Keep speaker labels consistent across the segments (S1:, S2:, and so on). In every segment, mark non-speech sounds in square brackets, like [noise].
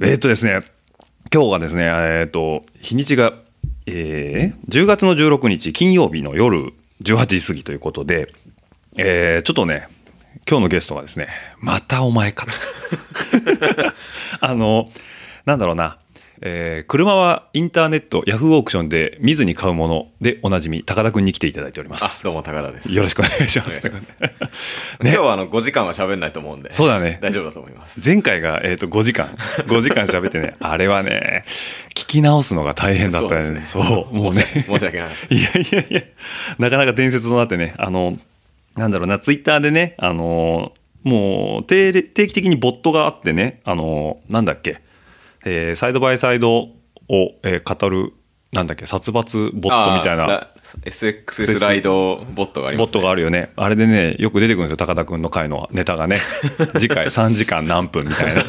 S1: えーっとですね、今日がですね、えーっと、日にちが、えー10月の16日、金曜日の夜18時過ぎということで、えーちょっとね、今日のゲストがですね、またお前 [laughs] かと。あの、なんだろうな。えー車はインターネット、ヤフーオークションで見ずに買うものでおなじみ、高田くんに来ていただいておりま
S2: あ、
S1: す。
S2: どうも高田です。
S1: よろしくお願いしま
S2: お願
S1: す。
S2: いします今日はあの5時間は喋んないと思うんで。
S1: そうだね
S2: 大丈夫だと思います。
S1: 前回が、えー、と5時間
S2: [laughs]
S1: 5時間喋ってねあれはね聞き直すのが大変 [laughs] だったよねそ
S2: そううですね
S1: もうね
S2: 申し申し訳ない
S1: いやいやいやなかなか伝説となってねあのなんだろうなツイッターでねあのもう定例定期的にボットがあってねあのなんだっけ、えーサイドバイサイドを、えー語るなんだっけ殺伐 [laughs] ボットみたい
S2: あー
S1: な。
S2: SX ライドボットがありま
S1: ボ
S2: す、
S1: ットがあるよね。あれでね、よく出てくるんですよ、高田くんの回のネタ
S2: [laughs]
S1: がね。次回3時間何分みたいな。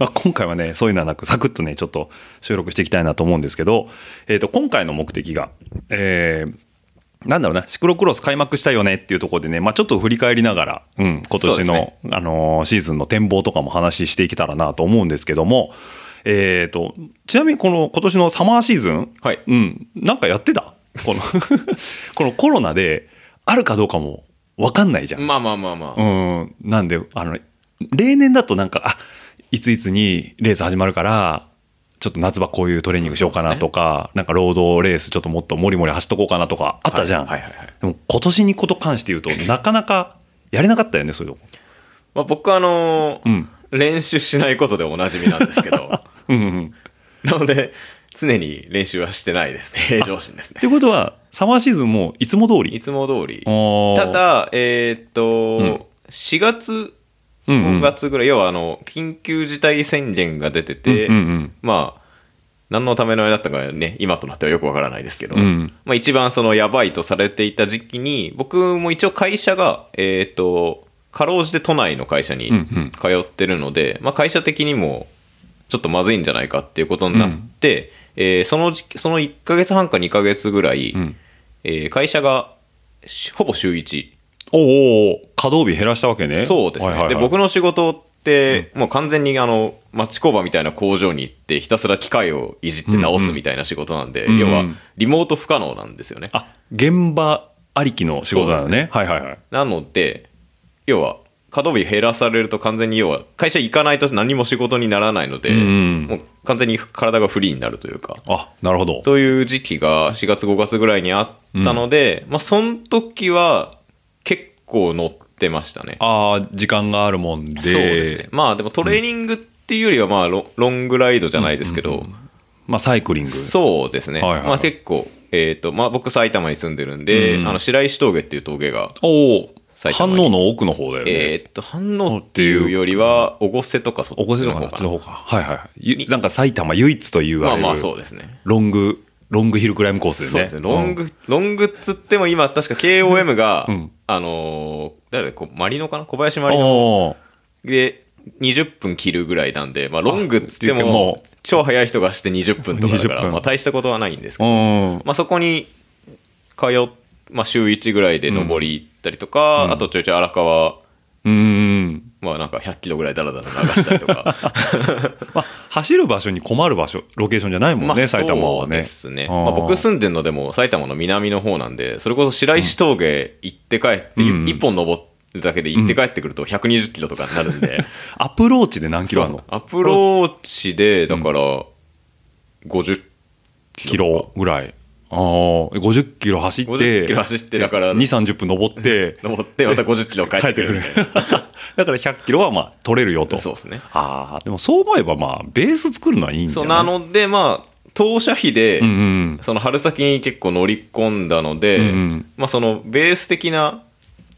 S1: まあ今回はね、そういうのはなく、サクッとね、ちょっと収録していきたいなと思うんですけど、えっ、と、今回の目的が、えー、なんだろうな、シクロクロス開幕したよねっていうところでね、まあちょっと振り返りながら、うん、今
S2: そうで
S1: 年
S2: す
S1: の、
S2: ね
S1: あのーシーズンの展望とかも話していけたらなと思うんですけども、えっ、と、ちなみにこの今年のサマーシーズン、
S2: はい
S1: うん、なんかやってたこの、 [laughs] このコロナで、あるかどうかもわかんないじゃん。
S2: まあまあまあま
S1: う
S2: あ。
S1: ん、なんで、あの、例年だとなんか、あ、いついつにレース始まるから、ちょっと夏場こういうトレーニングしようかなとか、なんかロードレースちょっともっともりもり走っとこうかなとかあったじゃん。
S2: はいはいはいはい
S1: でも今年にこと関して言うと、なかなかやれなかったよね、そういうとこ。
S2: まあ、僕はあのー
S1: うん
S2: 練習しないことでおなじみなんですけ
S1: [laughs]
S2: ど。
S1: うんうんうん。
S2: なので、常に練習はしてないですね。平常心です
S1: っ
S2: ね
S1: て。ことは、サマーシーズンもいつも通
S2: い
S1: り。
S2: つも通り。
S1: おー
S2: た、だ、えーっと、4月、
S1: うんうん
S2: 5月ぐらい、要はあの、緊急事態宣言が出てて、
S1: うんうんうん
S2: まあ、何のためのあれだったかね、今となってはよくわからないですけど、
S1: うん
S2: まあ一番そのやばいとされていた時期に、僕も一応会社が、えーっと、かろうじて都内の会社に
S1: うんうん
S2: 通ってるので、まあ会社的にもちょっとまずいんじゃないかっていうことになって、えーその時期その1ヶ月半か2ヶ月ぐらい、
S1: ん
S2: えー会社がしほぼ週1。
S1: おうおうおう稼働日減らしたわけね。
S2: そうですね。
S1: はいはいはい
S2: で、僕の仕事って、もう完全にあの、町工場みたいな工場に行って、ひたすら機械をいじって直すみたいな仕事なんで、
S1: んうん
S2: 要
S1: う
S2: は
S1: んうん、
S2: リモート不可能なんですよね。
S1: あ、現場ありきの仕事なの
S2: そう
S1: ね
S2: で。
S1: はいはいはい。
S2: なので、要は、稼働日減らされると完全に要は、会社行かないと何も仕事にならないので、
S1: んうん
S2: もう完全に体がフリーになるというか。
S1: あ、なるほど。
S2: という時期が4月5月ぐらいにあったので、まあ、その時は結構乗ってましたね。
S1: ああ、時間があるもんで。
S2: そうですね。まあでもトレーニングっていうよりはまあロロングライドじゃないですけど、
S1: まあ、サイクリング。
S2: そうですね。
S1: はいはいはい
S2: まあ結構、えっ、と、まあ僕埼玉に住んでるんで、
S1: うん
S2: あの白石峠っていう峠が、
S1: おお。
S2: 埼
S1: 反
S2: 玉に
S1: 応の奥の方だよね。
S2: えっ、と、反応っていうよりは、おごせとかそっち
S1: おこせ
S2: の
S1: とか
S2: 方
S1: なあっ
S2: か
S1: ち
S2: な
S1: の方か。はいはいはいゆ。なんか埼玉唯一と言わ
S2: ま
S1: れ
S2: あ
S1: る。
S2: まあそうですね。
S1: ロング、ロングヒルクライムコースでね。
S2: そうですね。ロング、ロングっつっても今、確か KOM が、
S1: ん
S2: あのー誰だこマリノかな小林
S1: う
S2: マ
S1: ん。
S2: リノ
S1: おお。
S2: で、20分切るぐらいなんで、まあ、ロングっつって
S1: あっていうかも
S2: も、超早い人がして20分とかだか
S1: 20
S2: ら、
S1: 分
S2: まあ、大したことはないんですけ
S1: う
S2: ど、
S1: ん。
S2: まあ、そこに、通っ、まあ、週1ぐらいで登り行ったりとか、あとちょいちょい荒川、
S1: うん。
S2: まあ、なんか100キロぐらいだらだら流したりとか、
S1: まあ、走る場所に困る場所、ロケーションじゃないもんね、
S2: まあ、
S1: 埼玉
S2: そ
S1: は
S2: う
S1: ね。
S2: ですね。
S1: あ
S2: ま
S1: ー
S2: あ、僕住んでるのでも、埼玉の南の方なんで、それこそ白石峠行って帰って、
S1: うんうん
S2: 1本登るだけで行って帰ってくると120キロとかになるんで、
S1: アプローチで何 [laughs] キロある
S2: そう
S1: の
S2: アプローチで、だから、50
S1: キロぐらい。ああ、50キロ走って。
S2: 50キロ走ってだから
S1: 2、30分登って。
S2: [laughs] 登って、また50キロ
S1: 帰
S2: 帰っ
S1: ってて
S2: く
S1: く
S2: る
S1: る。。 [laughs] だから100キロはまあ取れるよと。
S2: そうですね。
S1: ああ、でもそう思えばまあ、ベース作るのはいいんじゃ
S2: そう、
S1: ない
S2: なので、まあ、当社費で、
S1: うんうん。
S2: その春先に結構乗り込んだので、
S1: うんうん
S2: まあそのベース的な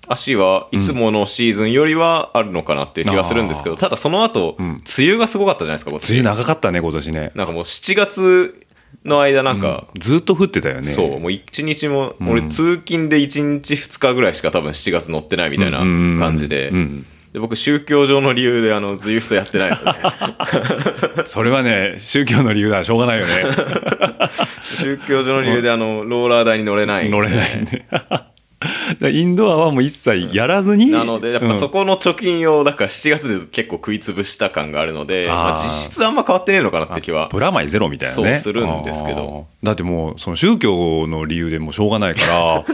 S2: 足はいつものシーズンよりはあるのかなっていう気がするんですけど、ただその後、梅雨がすごかったじゃないですか、今年
S1: 梅雨長かったね、今年ね。
S2: なんかもう7月の間なんか、
S1: ずっと降ってたよね。
S2: そう、もう1日も、俺通勤で1日2日ぐらいしか多分7月乗ってないみたいな感じで
S1: うんうんうんうん、
S2: で僕宗教上の理由であの、ズイフトやってないの
S1: [laughs]
S2: で、
S1: それはね、宗教の理由だ、しょうがない
S2: [laughs]
S1: よね。
S2: 宗教上の理由であの、ローラー台に乗れない。
S1: 乗れないね。 [laughs] だからインドアはもう一切やらずに。
S2: [laughs] なので、やっぱそ
S1: こ、
S2: この貯金を、だから7月で結構食い潰した感があるので、まあ
S1: あー
S2: 実質あんま変わってねえのかなって気は
S1: プラマイゼロみたいなね。
S2: そうするんですけど
S1: あー。だってもう、その宗教の理由でもうしょうがない
S2: [laughs]
S1: から、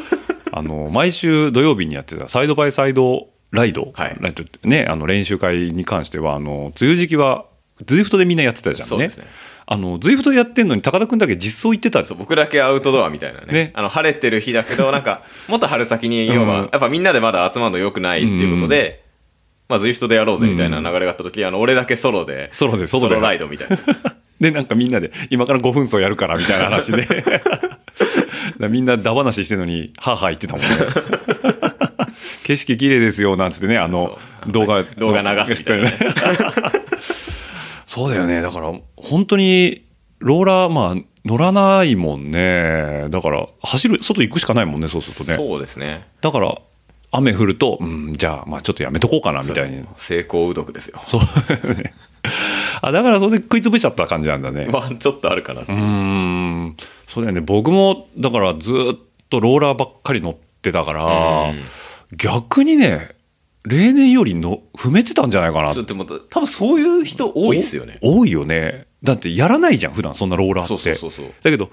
S1: あの、毎週土曜日にやってたサイドバイサイドライド。
S2: はい
S1: ライドってね、あの、練習会に関しては、あの、梅雨時期は、ズイフトでみんなやってたじゃんね。
S2: そうですね
S1: あの、ズイフトでやってんのに、高田くんだけ実装行ってたんです
S2: そう僕だけアウトドアみたいなね
S1: ね
S2: あの晴れてる日
S1: [laughs]
S2: だけどなんかもっと春先に要
S1: う
S2: は、
S1: ん
S2: やっぱみんなでまだ集まるの良くないっていうことで、まあ、ズイフトでやろうぜみたいな流れがあった時、あの俺だけソロで
S1: ソロでソロで
S2: ライド
S1: [laughs]
S2: みたいな
S1: で、なんかみんなで、今から5分走やるから、みたいな話で。 [laughs] だからみんなダ話してるのに、はあはあ言ってたもんね。景色綺麗ですよ、なんつってね、あの、動画、
S2: 動画流すみたいなね
S1: 流してたよね [laughs] そうだよね。だから、本当に、ローラー、まあ、乗らないもんね。だから、走る、外行くしかないもんね、そうするとね。
S2: そうですね
S1: だから、雨降ると、うん、じゃあ、まあ、ちょっとやめとこうかな、みたいに。
S2: 成功うどくですよ [laughs]
S1: そう [laughs] だよね。あ、だから、それで食いつぶしちゃった感じなんだね。
S2: まあちょっとあるかなっていう
S1: うーんそうだよね僕もだからずっとローラーばっかり乗ってたから、
S2: うん
S1: 逆にね例年よりの踏めてたんじゃないかな
S2: ちょっとでも多分そういう人多いっすよね
S1: お多いよねだってやらないじゃん普段そんなローラーって
S2: そうそうそうそう
S1: だけど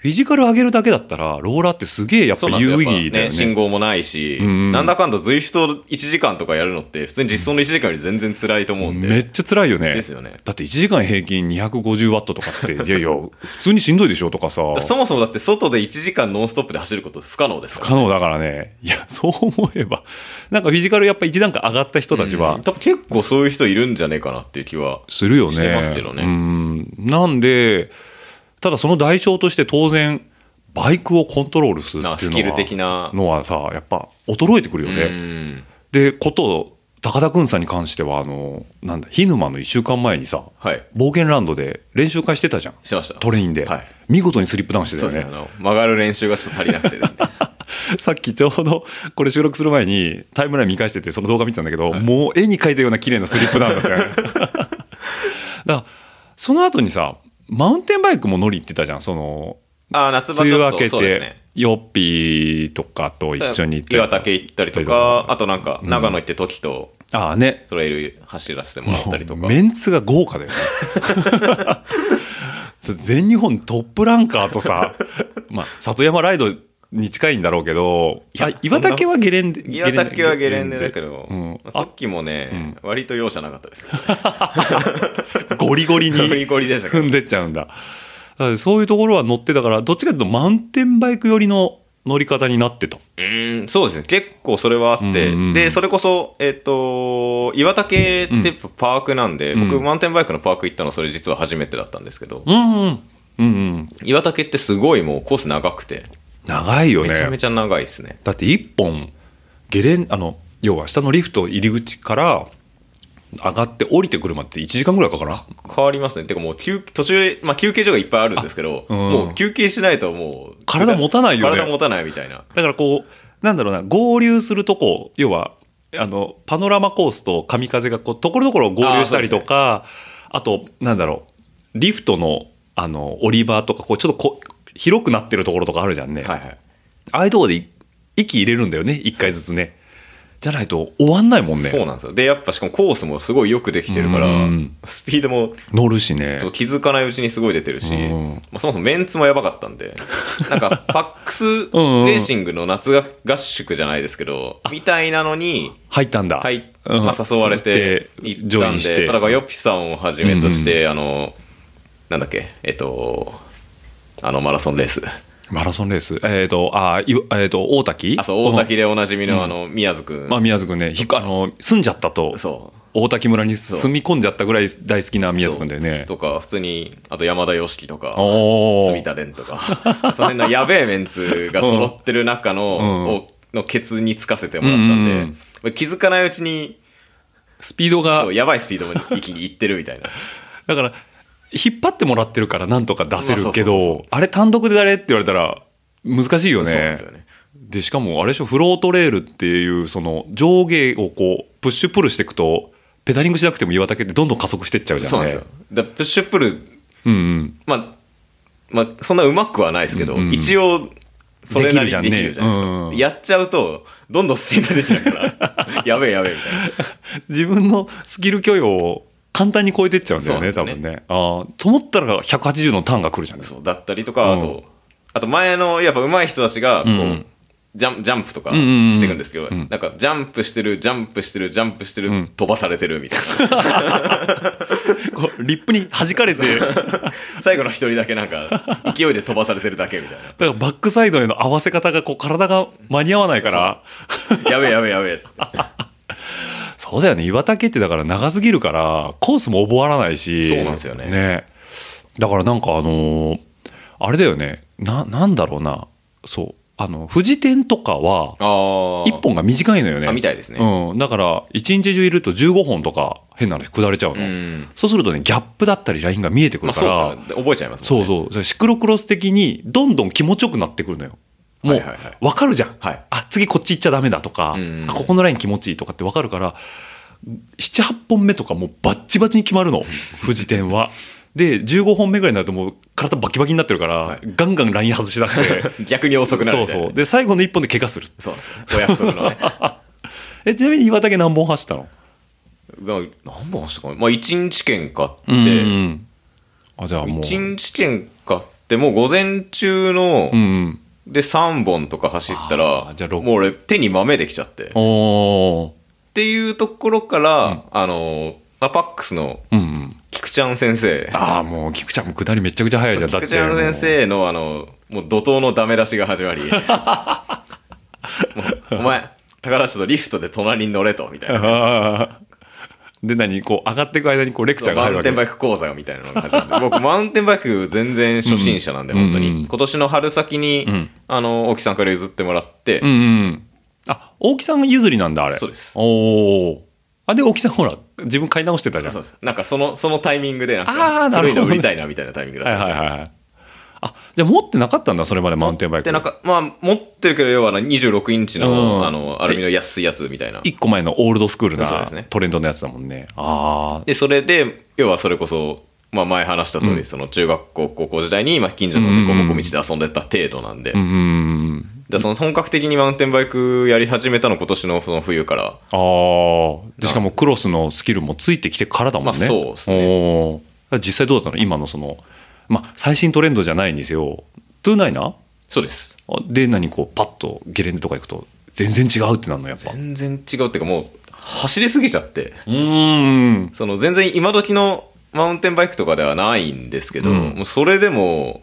S1: フィジカル上げるだけだったらローラーってすげえやっぱ
S2: そうなんです
S1: 有
S2: よ
S1: 意義だ
S2: やっ
S1: よ
S2: ぱ
S1: ね
S2: ね、信号もないし、
S1: ん
S2: なんだかんだズイフト1時間とかやるのって普通に実装の1時間より全然辛いと思うんで
S1: めっちゃ辛いよね
S2: ですよね
S1: だって1時間平均250ワットとかっていやいや普通にしんどいでしょとかさ
S2: そもそもだって外で1時間ノンストップで走ること不可能ですから
S1: 可能だからねいやそう思えばなんかフィジカルやっぱ一段階上がった人たちは、
S2: 多分結構そういう人いるんじゃねえかなっていう気は。
S1: するよね。
S2: してますけどね
S1: うん。なんで、ただその代償として当然、バイクをコントロールするっていうの
S2: な
S1: は
S2: スキル的な。
S1: のはさ、やっぱ衰えてくるよ
S2: う
S1: ね。
S2: ん。
S1: で、こと、高田くんさんに関しては、あの、なんだ、ヒヌマの1週間前にさ、
S2: はい。
S1: 冒険ランドで練習会してたじゃん。
S2: してました。
S1: トレインで。
S2: はい
S1: 見事にスリップダウンしてた
S2: そう
S1: よ
S2: で
S1: ね
S2: すね。あ。の、曲がる練習がちょっと足りなく
S1: [laughs]
S2: てですね。
S1: さっきちょうどこれ収録する前にタイムライン見返しててその動画見てたんだけど、もう絵に描いたような綺麗なスリップダウン
S2: [laughs]
S1: だったよね。だからその後にさマウンテンバイクも乗り行ってたじゃんその
S2: あー夏場
S1: 梅
S2: ち
S1: 雨
S2: ょっ
S1: 明
S2: と
S1: け
S2: そう
S1: て、
S2: ですね。
S1: ヨッピーとかと一緒に行って
S2: 岩竹行ったりとか、あとなんか、長野行って時と
S1: ああね
S2: トレイル走らせてもらったりとか。
S1: メンツが豪
S2: [laughs]
S1: 華だよねそう全日本トップランカーと
S2: [laughs]
S1: さ、まあ、里山ライドに近いんだろうけど
S2: いや
S1: あ岩竹はゲレンデ
S2: 岩竹はゲレンデだけど、
S1: うんあ
S2: 時もね、割と容赦なかったですけど。
S1: ゴリゴリに
S2: ゴリゴリでしたけ
S1: 踏
S2: ど。
S1: んでっちゃうんだ。だからそういうところは乗ってたから、どっちかというとマウンテンバイク寄りの乗り方になってた。
S2: [laughs] うんそうですね。結構それはあって。
S1: うんうん
S2: で、それこそ、えっ、と、岩竹ってパークなんで、僕、マウンテンバイクのパーク行ったのそれ実は初めてだったんですけど、
S1: うんうん。うんうん。
S2: 岩竹ってすごいもうコース長くて、
S1: 長いよ
S2: めちゃめ
S1: ね。
S2: ちゃ長いですね。
S1: だって一本、ゲレン、あの、要は下のリフト入り口から上がって降りてくるまでって1時間ぐらいかかる
S2: 変わりますね。てかもう休、途中、まあ休憩所がいっぱいあるんですけど、
S1: うん
S2: もう休憩しないともう、
S1: 体持たないよね
S2: 体持たないみたいな。
S1: だからこう、なんだろうな、合流するとこ、要は、あの、パノラマコースと神風がこう、ところどころ合流したりとか、あ,、と、なんだろう、リフトの、あの、オリバーとか、こう、ちょっとこ広くなってるところとかあるじゃんね。
S2: はいはい。
S1: ああいうとこでい息入れるんだよね、一回ずつね。じゃないと終わんないもんね。
S2: そうなんですよ。で、やっぱしかもコースもすごいよくできてるから
S1: うん、
S2: スピードも
S1: 乗るしね。
S2: 気づかないうちにすごい出てるし、
S1: うん
S2: まあ、そもそもメンツもやばかった
S1: [laughs]
S2: んで、なんかパックスレ
S1: うん
S2: ーシングの夏合宿じゃないですけど、みたいなのに、
S1: 入ったんだ。
S2: はい、
S1: うん
S2: まあ、誘われて
S1: で
S2: 行
S1: ジ
S2: っ
S1: ョ
S2: た
S1: イ
S2: ん
S1: ンし
S2: で、
S1: て
S2: だ。からヨッピさんをはじめとして、あの、なんだっけ、えっと、あのマラソンレース。
S1: マラソンレース。えっ、と、あ、いえっ、と、大滝
S2: あ、そう、大滝でおなじみの、あの、宮津くん。
S1: まあ、宮津君ね、ひあの住んじゃったと、
S2: そう。
S1: 大滝村に住み込んじゃったぐらい大好きな宮津君だよね。
S2: とか、普通に、あと山田洋樹とか。
S1: お
S2: 積
S1: ー
S2: み [laughs] 立てんとかその辺のやべえメンツが揃ってる中の、
S1: うん
S2: をのケツにつかせてもらったんで、
S1: うんうん
S2: まあ気づかないうちに、
S1: スピードが
S2: そう、やばいスピードまで一気にいってるみた
S1: [laughs]
S2: いな。
S1: だから引っ張ってもらってるからなんとか出せるけ
S2: まあそうそうそう
S1: どあれ単独で誰って言われたら難しいよね
S2: そうなんですよね
S1: でしかもあれでしょフロートレールっていうその上下をこうプッシュプルしていくとペダリングしなくても岩竹ってどんどん加速してっちゃうじゃん、ね、
S2: そうなんですよ。だからプッシュプル、
S1: うんうん
S2: まあ、まあ、そんなうまくはないですけど、
S1: うんうん
S2: 一応、それなりに
S1: でき
S2: でき
S1: る
S2: る
S1: じ
S2: じ
S1: ゃ
S2: ゃ
S1: ん
S2: な
S1: ね
S2: いですか。
S1: うん
S2: やっちゃうと、どんどんスピード出ちゃ
S1: [laughs]
S2: うから、やべえやべえみたいな。
S1: 自分のスキル許容を簡単に超えてっちゃうんだよね
S2: そう
S1: 多
S2: なんです
S1: 分
S2: よ
S1: ねああと思ったら180のターンが来るじゃん
S2: そうだったりとか、
S1: うん
S2: あと、あと前のやっぱ上手い人たちがこう、
S1: うん
S2: ジャンジャンプとか
S1: んうんうん
S2: していくんですけど、
S1: ん
S2: なんかジャンプしてる、ジャンプしてる、ジャンプしてる、
S1: うん
S2: 飛ばされてるみたいな。 [laughs]
S1: こうリップに弾かれ [laughs] てだか
S2: 最後の一人だけなんか、勢いで飛ばされてるだけみたい
S1: らバックサイドへの合わせ方がこう体が間に合わないから
S2: な。 [laughs] やべえやべえやべえっつって。
S1: そうだよね岩竹ってだから長すぎるからコースも覚わらないし
S2: そうなんですよね
S1: だからなんかあのーあれだよねななんだろうなそうあの富士店とかは
S2: ああ。
S1: 1本が短いのよね
S2: あみたいですね
S1: うん、だから一日中いると15本とか変な話下れちゃうの、
S2: うん。
S1: そうするとねギャップだったりラインが見えてく
S2: ま
S1: るか
S2: あそ
S1: ら、
S2: うですね。覚えちゃいますも
S1: そ
S2: ん
S1: う
S2: ね。
S1: そうそれシクロクロス的にどんどん気持ちよくなってくるのよも
S2: は
S1: う
S2: いはいはい
S1: 分かるじゃん、
S2: はい
S1: あ次こっち行っちゃダメだとか、
S2: うん
S1: あここのライン気持ちいいとかって分かるから78本目とかもうバッチバチに決まるの富士店はで15本目ぐらいになるともう体バキバキになってるから、
S2: はい
S1: ガンガンライン外しだして
S2: 逆に [laughs] 遅くな
S1: そ
S2: るみ
S1: う
S2: たいな。
S1: そうで最後の1本で怪我する
S2: そうなんですよ。お約束のね。
S1: えちなみに岩竹何本走ったの
S2: まあ何本走ったか [laughs] なまあ一日券買って、
S1: うんあじゃあもう
S2: 一日券買って、もう午前中の、
S1: うんうん
S2: で3本とか走ったら
S1: あーじゃあ
S2: も
S1: 六
S2: う俺手に豆できちゃってっ
S1: おー
S2: ていうところから、あのアパックスの
S1: うんうん
S2: 菊ちゃん先生
S1: ああもう菊ちゃんも下りめちゃくちゃ早いじゃんだっ
S2: 菊
S1: て
S2: ちゃん先生のあのもう怒涛のダメ出しが
S1: [laughs]
S2: 始まりもうお前高橋とリフトで隣に乗れとみたいな
S1: あー [laughs] で何こう上がっていく間にこうレクチャーが
S2: マ
S1: 入る
S2: ウン
S1: わ
S2: テ
S1: け
S2: ンバイク講座みたいなのが始まっ
S1: [laughs]
S2: て僕マウンテンバイク全然初心者なんで、
S1: うん
S2: 本当に、
S1: うんうん
S2: 今年の春先に、
S1: ん
S2: あの沖さんから譲ってもらって、
S1: うんうんあ大木さん譲りなんだあれ
S2: そうです
S1: おおあで大木さんほら自分買い直してたじゃん
S2: そうですなんかそのそのタイミングでなん
S1: あー
S2: か
S1: なる
S2: 古い
S1: ほど
S2: の売りたいなみたいなタイミングだった
S1: はい
S2: んで
S1: はいはいはいあじゃあ持ってなかったんだそれまでマウンテンバイク
S2: で、なんか、まあ、持ってるけど、要はな26インチの、
S1: うん
S2: あの、アルミの安いやつみたいな。
S1: 1個前のオールドスクール
S2: そうです
S1: な
S2: ね
S1: トレンドのやつだもんねああ
S2: で、それで、要はそれこそ、まあ、前話した通り、その、中学校、高校時代に、まあ、近所の
S1: うん
S2: 凸
S1: うん
S2: 凹道で遊んでた程度なんで、
S1: うんうん
S2: でその、本格的にマウンテンバイクやり始めたの、今年のその冬から、
S1: ああでしかもクロスのスキルもついてきてからだもんね、
S2: まあそうですね
S1: おー実際どうだったの今のその、まあ、最新トレンドじゃないにせよトゥーナイナー
S2: そうです。
S1: あで何こうパッとゲレンデとか行くと全然違うってなるのやっぱ
S2: 全然違うっていうか、もう、走りすぎちゃって、
S1: うん
S2: その、全然今時のマウンテンバイクとかではないんですけど、
S1: うん
S2: もうそれでも、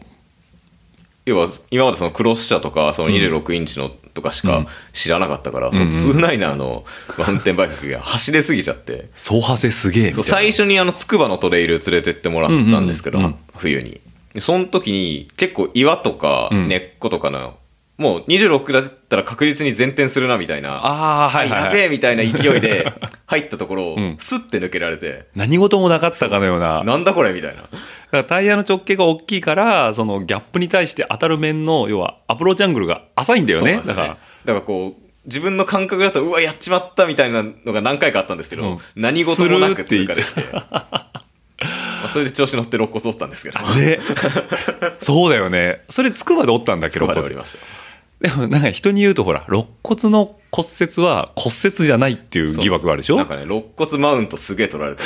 S2: 要は今までそのクロス車とかその26インチのとかし
S1: うん
S2: か知らなかったから、そのツーナイナーのマウンテンバイクが走れすぎちゃって、
S1: 走破性すげえみ
S2: そう
S1: たいな
S2: 最初にあの筑波のトレイル連れてってもらったんですけど、
S1: うんうんうん
S2: 冬に。でその時に結構岩とか
S1: うん
S2: 根っことかの、もう26だったら確実に前転するなみたいな、
S1: ああはいはい、
S2: や
S1: は
S2: べえ
S1: い、
S2: みたいな勢い
S1: [laughs]
S2: で入ったところを
S1: ん
S2: スッて抜けられて、
S1: 何事もなかったかのようなだか
S2: なんだこれみたいな。
S1: らタイヤの直径が大きいからそのギャップに対して当たる面の要はアプローチアングルが浅いんだよね
S2: そう
S1: だ
S2: な
S1: か
S2: んで
S1: ら
S2: すよねだからこう、自分の感覚だと、うわ、やっちまったみたいなのが何回かあったんですけど、
S1: うん
S2: 何事もなく通過でき
S1: ス
S2: て。まあそれで調子乗って肋骨折ったんですけど。
S1: で [laughs] そうだよねそれつくばで折ったんだけど
S2: 肋骨折
S1: で
S2: りました。
S1: もなんか人に言うとほら肋骨の骨折は骨折じゃないっていう疑惑があるでしょ
S2: なんかね、肋骨マウントすげえ取られた。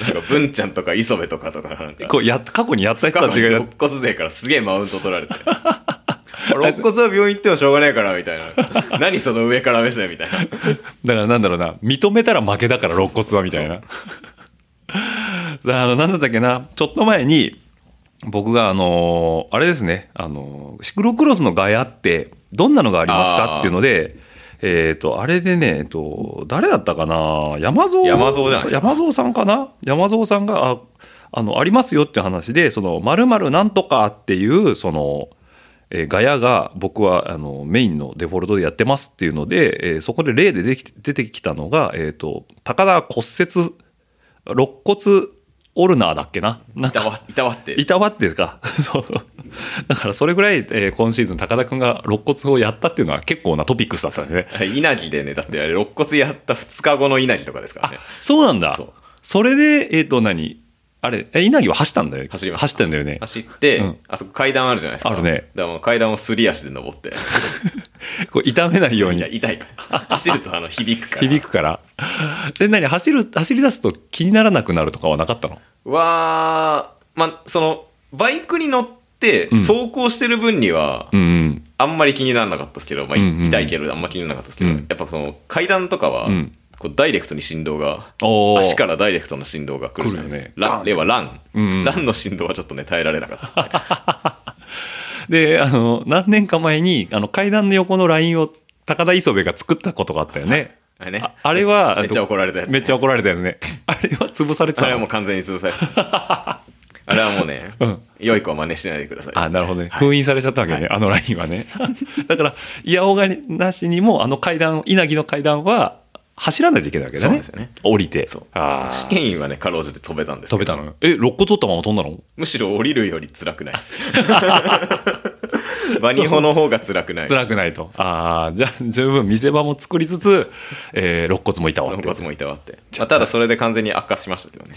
S2: なんか、文ちゃんとか磯部とかとか、なんか。
S1: こうや過去にやった人たちがやっ
S2: 肋骨勢からすげえマウント取られて肋骨は病院行ってもしょうがないからみたいな何その上から目線みたいな
S1: だからなんだろうな、認めたら負けだから、肋骨はみたいな。だからあの、なんだ [laughs] ったっけな、ちょっと前に、僕が、あのーあれですね、あのーシクロクロスのガヤって、どんなのがありますか
S2: あー
S1: っていうので、えっ、と、あれでね、えっと、誰だったかな、山蔵
S2: 山蔵じゃないですか
S1: 山蔵さんかな山蔵さんが、ああの、ありますよって話で、その、まるなんとかっていう、その、えーガヤが僕はあのメインのデフォルトでやってますっていうので、えーそこで例ででき出てきたのが、えー、と高田骨折肋骨オルナーだっけななん
S2: いた
S1: か
S2: わ、いたわって。
S1: いたわってか [laughs] そうだからそれぐらい、えー今シーズン高田君が肋骨をやったっていうのは結構なトピックスだったんでね
S2: はい [laughs] 稲城でね、だってあれ、肋骨やった2日後の稲城とかですから
S1: あ
S2: ね。
S1: [laughs] そうなんだ
S2: そう
S1: それでえっ、と何あれえ稲城は走ったんだよ
S2: 走りました
S1: 走ったんだよね
S2: 走って、
S1: うん
S2: あそこ階段あるじゃないですか。
S1: あるね
S2: だからもう階段をすり足で登って。
S1: こう痛めないよう
S2: い
S1: に
S2: や痛い
S1: [laughs]
S2: から。走るとあの響くから。
S1: 響くから。で、何走る、走り出すと気にならなくなるとかはなかったの
S2: は、まあ、その、バイクに乗って走行してる分には、
S1: うんうん。
S2: あんまり気にならなかったですけど、ま
S1: う
S2: あ、
S1: んうん
S2: 痛いけど、あんま気にならなかったですけど、
S1: うん
S2: やっぱその階段とかは、
S1: うん
S2: こうダイレクトに振動が、
S1: おー
S2: 足からダイレクトの振動が来るじゃないで
S1: 来
S2: すか
S1: るよね
S2: ラン、例えばラン、
S1: うんうん
S2: ランの振動はちょっとね、耐えられなかったですね。
S1: で、あの、何年か前に、あの、階段の横のラインを高田磯部が作ったことがあったよね。
S2: あれね
S1: ああれは、
S2: めっちゃ怒られたやつ
S1: めっちゃ怒られたやつね。あれは潰されて
S2: [laughs] あ
S1: た
S2: れはも
S1: の
S2: う完全に潰されてた。
S1: [laughs]
S2: あれはもうね、
S1: うん
S2: 良い子は真似しないでください。
S1: あ、なるほどね。封印されちゃったわけね、あのラインはね。 [laughs] だから、いやおがなしにも、あの階段、稲城の階段は、走らないといけないわけだね。
S2: そうですよね
S1: 降りて。
S2: そう
S1: あ
S2: 試
S1: ー
S2: 験員はね、かろうじて飛べたんです
S1: 飛べ
S2: けど、
S1: たのえ、肋骨折ったまま飛んだの
S2: むしろ降りるより辛くない
S1: [laughs]
S2: です。バニホの方が辛くない。肋
S1: 辛くないと。ああ、じゃあ十分見せ場も作りつつ、えー、肋骨もいたわって。
S2: 骨もいたわって。まあ、ただそれで完全に悪化しましたけ
S1: [laughs]
S2: どね。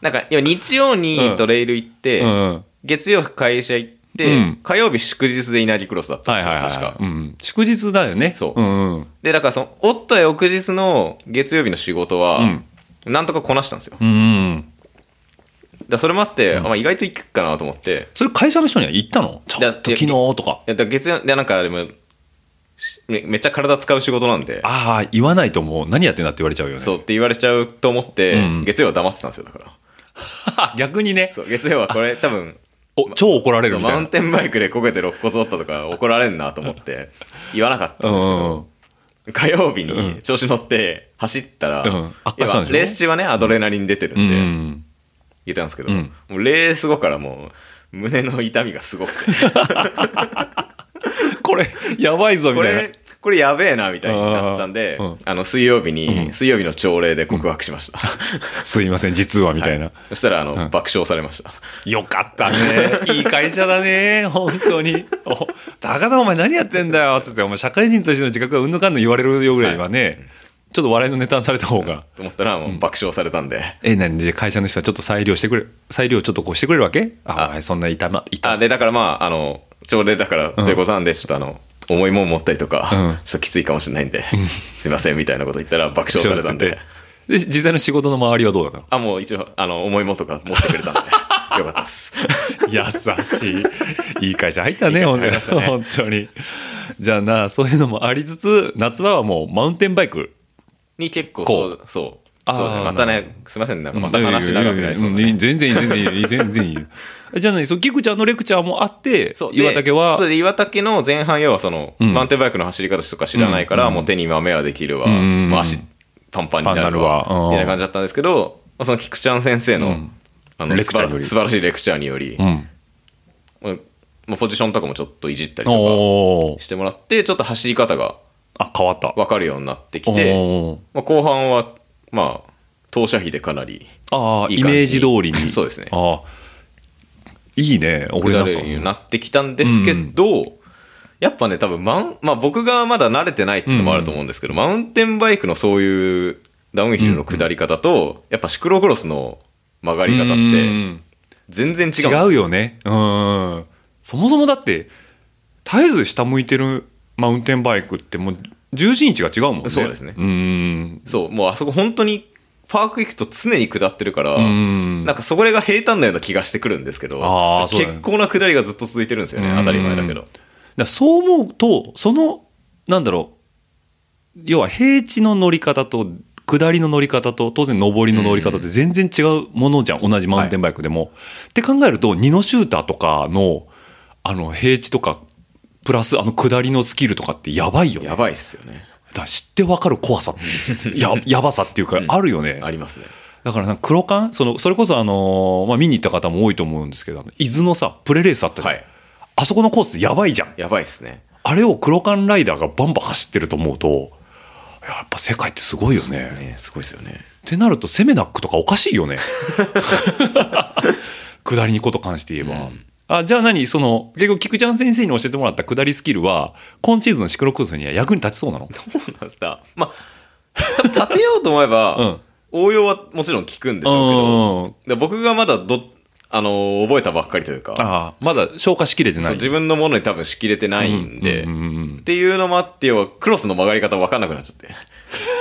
S2: なんか、いや日曜にトレイル行って、
S1: うんうん
S2: 月曜会社行って、
S1: うん
S2: 火曜日祝日で稲城クロスだったん
S1: は
S2: で
S1: い
S2: す
S1: はい
S2: よ、
S1: はい。
S2: 確か。
S1: うん。祝日だよね。
S2: そう
S1: うんうん。
S2: で、だからその、おった翌日の月曜日の仕事は、なんとかこなしたんですよ。
S1: うんうん。
S2: だからそれもあって、あまあ、意外と行くかなと思って、
S1: それ会社の人には言ったのちょ
S2: いや
S1: っと昨日とか。
S2: いやだから月曜、でなんかでもしめ、めっちゃ体使う仕事なんで、
S1: ああ、言わないともう何やってんだって言われちゃうよね。
S2: そうって言われちゃうと思って、
S1: うん
S2: 月曜は黙ってたんですよ、だから。
S1: [laughs] 逆にね。
S2: そう、月曜はこれ、多分
S1: お、超怒られる
S2: そう
S1: みた
S2: マウ
S1: い
S2: ン
S1: な。
S2: テンバイクでこけて肋骨折ったとか怒られんなと思って、言わなかった
S1: うん
S2: ですけど、
S1: んうん。
S2: 火曜日に調子乗って走ったら、
S1: うん悪化したんでしょ
S2: レース中はね、アドレナリン出てるん
S1: う
S2: で、
S1: ん。
S2: 言ったんですけど、
S1: うん
S2: もうレース後からもう胸の痛みがすごく
S1: [laughs]
S2: て
S1: [laughs] これ、やばいぞ、み
S2: こ
S1: たいな。
S2: れこれやべえなみたいになったんで、
S1: あーうん
S2: あの水曜日に、水曜日の朝礼で告白しました、
S1: すいません、実は、みたいな。
S2: [laughs] そしたらあの、
S1: ん
S2: 爆笑されました
S1: よかったね。いい会社だね。 [laughs] 本当に。お高田お前何やってんだよ。つって、お前社会人としての自覚がうんぬかんぬ言われるよぐらいはね、ちょっと笑いのネタにされた方が。
S2: と思ったらもう爆笑されたんで、
S1: え、何で会社の人はちょっと裁量してくれ、裁量ちょっとこうしてくれるわけあ、
S2: あ
S1: お前そんな痛ま、痛
S2: あでだからまああの朝礼だからということなんで、ちょっとあの重いもん持ったりとか、
S1: うん
S2: ちょっときついかもしれないんで、 [laughs] すいませんみたいなこと言ったら爆笑されたんで
S1: で、実際の仕事の周りはどうだったの
S2: あもう一応あの重いもんとか持ってくれ
S1: [laughs]
S2: たんでよかったっす
S1: 優しい。いい会社入ったね、
S2: いい
S1: 本当
S2: 会
S1: に
S2: 社入り
S1: 本当に。じゃあな、そういうのもありつつ、夏場はもうマウンテンバイク。
S2: に結構
S1: こ
S2: そううそう
S1: あー
S2: そうねまた
S1: な
S2: ねすいませんなんかまた話長くなりそう
S1: う
S2: なんね
S1: いい全然いい、全然いい、全然い [laughs] い。じゃあ何、そう、菊ちゃんのレクチャーもあって、
S2: そうで
S1: 岩竹は
S2: そ、れで岩竹の前半要はその、
S1: ん
S2: マウンテンバイクの走り方とか知らないから、もう手に豆はできるわ、
S1: ん
S2: まあ、足パンパンになるわ
S1: パンになるわうん
S2: みたいな感じだったんですけど、まあ、その菊ちゃん先生の,、あの
S1: レクチャー
S2: 素
S1: によ
S2: 晴
S1: り
S2: ら素晴らしいレクチャーにより、
S1: うん。
S2: まあまあポジションとかもちょっといじったりと
S1: お
S2: か
S1: ー
S2: してもらってちょっと走り方が
S1: あ、変わった。
S2: 分かるようになってきて、
S1: おー
S2: まあ、後半はまあ投射費でかなり
S1: ああ、
S2: い
S1: イ
S2: い感じ
S1: メ
S2: に
S1: ージ通りに。
S2: [laughs] そうですね
S1: ああいいね、
S2: 下
S1: 俺な
S2: れ
S1: んか
S2: るようになってきたんですけど、やっぱね、多分マウン、まあ僕がまだ慣れてないっていうのもあると思うんですけど、マウンテンバイクのそういうダウンヒルの下り方と、やっぱシクロクロスの曲がり方っ
S1: う
S2: て、
S1: ん
S2: 全然違うんです
S1: 違
S2: よ
S1: うよね。うん。そもそもだって、絶えず下向いてるマウンテンバイクってもう重心位置が違うもんね。
S2: そうですね
S1: うん。
S2: そう、もうあそこ本当に、パーク行くと常に下ってるから、
S1: ん
S2: なんかそこらが平坦なような気がしてくるんですけど
S1: あー、そうだね
S2: 結構な下りがずっと続いてるんですよね、当たり前だけ
S1: だ
S2: ど。
S1: からそう思うと、その、なんだろう、要は平地の乗り方と、下りの乗り方と、当然上りの乗り方って全然違うものじゃん、同じマウンテンバイクでも。って考えると、二のシューターとかの、あの、平地とか、プラスあの下りのスキルとかってやばいよね。
S2: やばいっすよね。
S1: だから知ってわかる怖 [laughs] さ、や、やばさっていうか、あるよね。
S2: ありますね。
S1: だからなんか黒缶その、それこそあのーまあ見に行った方も多いと思うんですけど、あの伊豆のさ、プレレースあったじゃん。
S2: はい
S1: あそこのコースやばいじゃん。
S2: やばいですね。
S1: あれを黒缶ライダーがバンバン走ってると思うと、やっぱ世界ってすごいよね。
S2: ねすごいですよね。
S1: ってなるとセメナックとかおかしいよね [laughs] 下りにこと関して言えば、あじゃあ何その結局菊ちゃん先生に教えてもらった下りスキルは今シーズンのシクロクロスには役に立ちそうなの
S2: そうなんだ。 [laughs] まあ、た立てようと思えば、
S1: うん
S2: 応用はもちろん効くんでしょう
S1: うん
S2: けど、で僕がまだど、あのー覚えたばっかりというか、
S1: あーまだ消化しきれて
S2: そ
S1: な
S2: う
S1: い
S2: 自分のものに多分仕切れてないんで、っていうのもあって、要はクロスの曲がり方分かんなくなっちゃ [laughs] って。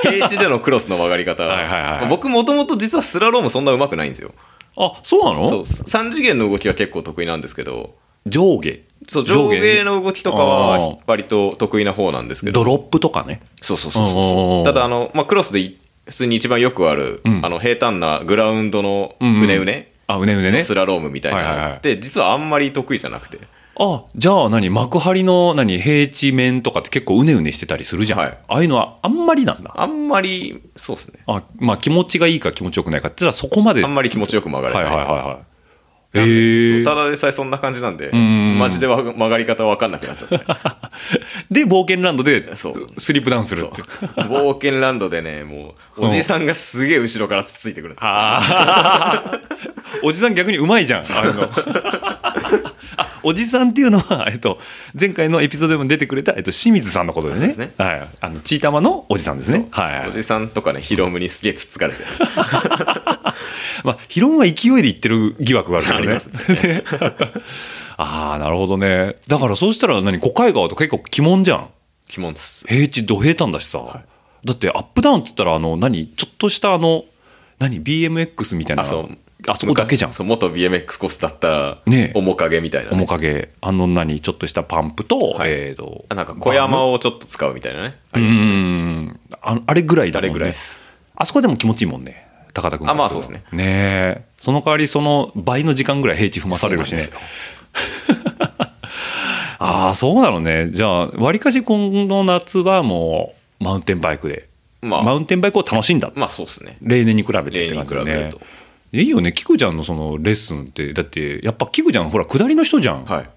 S2: 平地でのクロスの曲がり方。
S1: はいはいはい
S2: 僕もともと実はスラロームそんな上手くないんですよ。
S1: あそうなの
S2: そう、3次元の動きは結構得意なんですけど、
S1: 上下
S2: そう、上下の動きとか
S1: あ
S2: は
S1: ー
S2: 割と得意な方なんですけ
S1: ド。
S2: ど
S1: ロップとかね
S2: そうそうそうそう
S1: うんうんうんう
S2: そ
S1: ん
S2: う。ただあの、まあ、クロスでい普通に一番よくある、
S1: ん
S2: あの平坦なグラウンドのう
S1: うんうん
S2: ねうね、
S1: あうねうねね
S2: スラロームみたいなの
S1: はいはいはい
S2: で実はあんまり得意じゃなくて、
S1: あじゃあ何幕張の何平地面とかって結構うねうねしてたりするじゃん、
S2: はい
S1: ああいうのはあんまりなんだ
S2: あんまりそうですね。
S1: あまあ気持ちがいいか気持ちよくないかって言ったらそこまで
S2: あんまり気持ちよく曲がれ
S1: は
S2: ないい。
S1: はいはいはい。へえ
S2: そうただでさえそんな感じなんで、
S1: ん
S2: マジでわ曲がり方わかんなくな
S1: [laughs]
S2: っちゃって。
S1: で、冒険ランドで
S2: そう
S1: スリップダウンする
S2: そう
S1: って。
S2: 冒険ランドでね、もう、おじさんがすげえ後ろからつついてくるんですよ
S1: おじさん逆にうまいじゃん。あのあおじさんっていうのは、えっと、前回のエピソードでも出てくれた、えっと、清水さんのことですね。
S2: そうです
S1: はい。あの、ちーたまのおじさんですね。はいはい
S2: お。じさんとかね、ヒロムにすげえつつ
S1: [laughs]
S2: かれてる。
S1: まあ、ヒロンは勢いで言ってる疑惑があるけどね。
S2: [laughs] あります
S1: ね [laughs] ああ、なるほどね。だからそうしたら何小海川と結構鬼門じゃん。
S2: 鬼門です。
S1: 平地ど平坦だしさ、だってアップダウンっつったらあの何ちょっとしたあの何 BMX みたいな
S2: あそう
S1: あそこだけじゃん
S2: そう、元 BMX コースだった
S1: ねえ
S2: 面影みたいなね、
S1: 面影あの何ちょっとしたパンプと、えーと
S2: あなんか小山をちょっと使うみたいなね。あ
S1: う
S2: ります
S1: ーんああれぐらいだ
S2: あ
S1: もん
S2: れ
S1: ね
S2: ぐらいです。
S1: あそこでも気持ちいいもんね高田君から
S2: あまあそうですね
S1: ねえその代わりその倍の時間ぐらい平地踏まされるしね
S2: そうなんですよ
S1: ああそうなのねじゃあわりかし今の夏はもうマウンテンバイクで、
S2: まあ
S1: マウンテンバイクを楽しんだ
S2: まあそうですね。
S1: 例年に比べてって感じだ
S2: 例年に
S1: ね
S2: 比べる。
S1: いいよね、キクちゃんのそのレッスンって、だって、やっぱキクちゃん、ほら、下りの人じゃん。
S2: はい。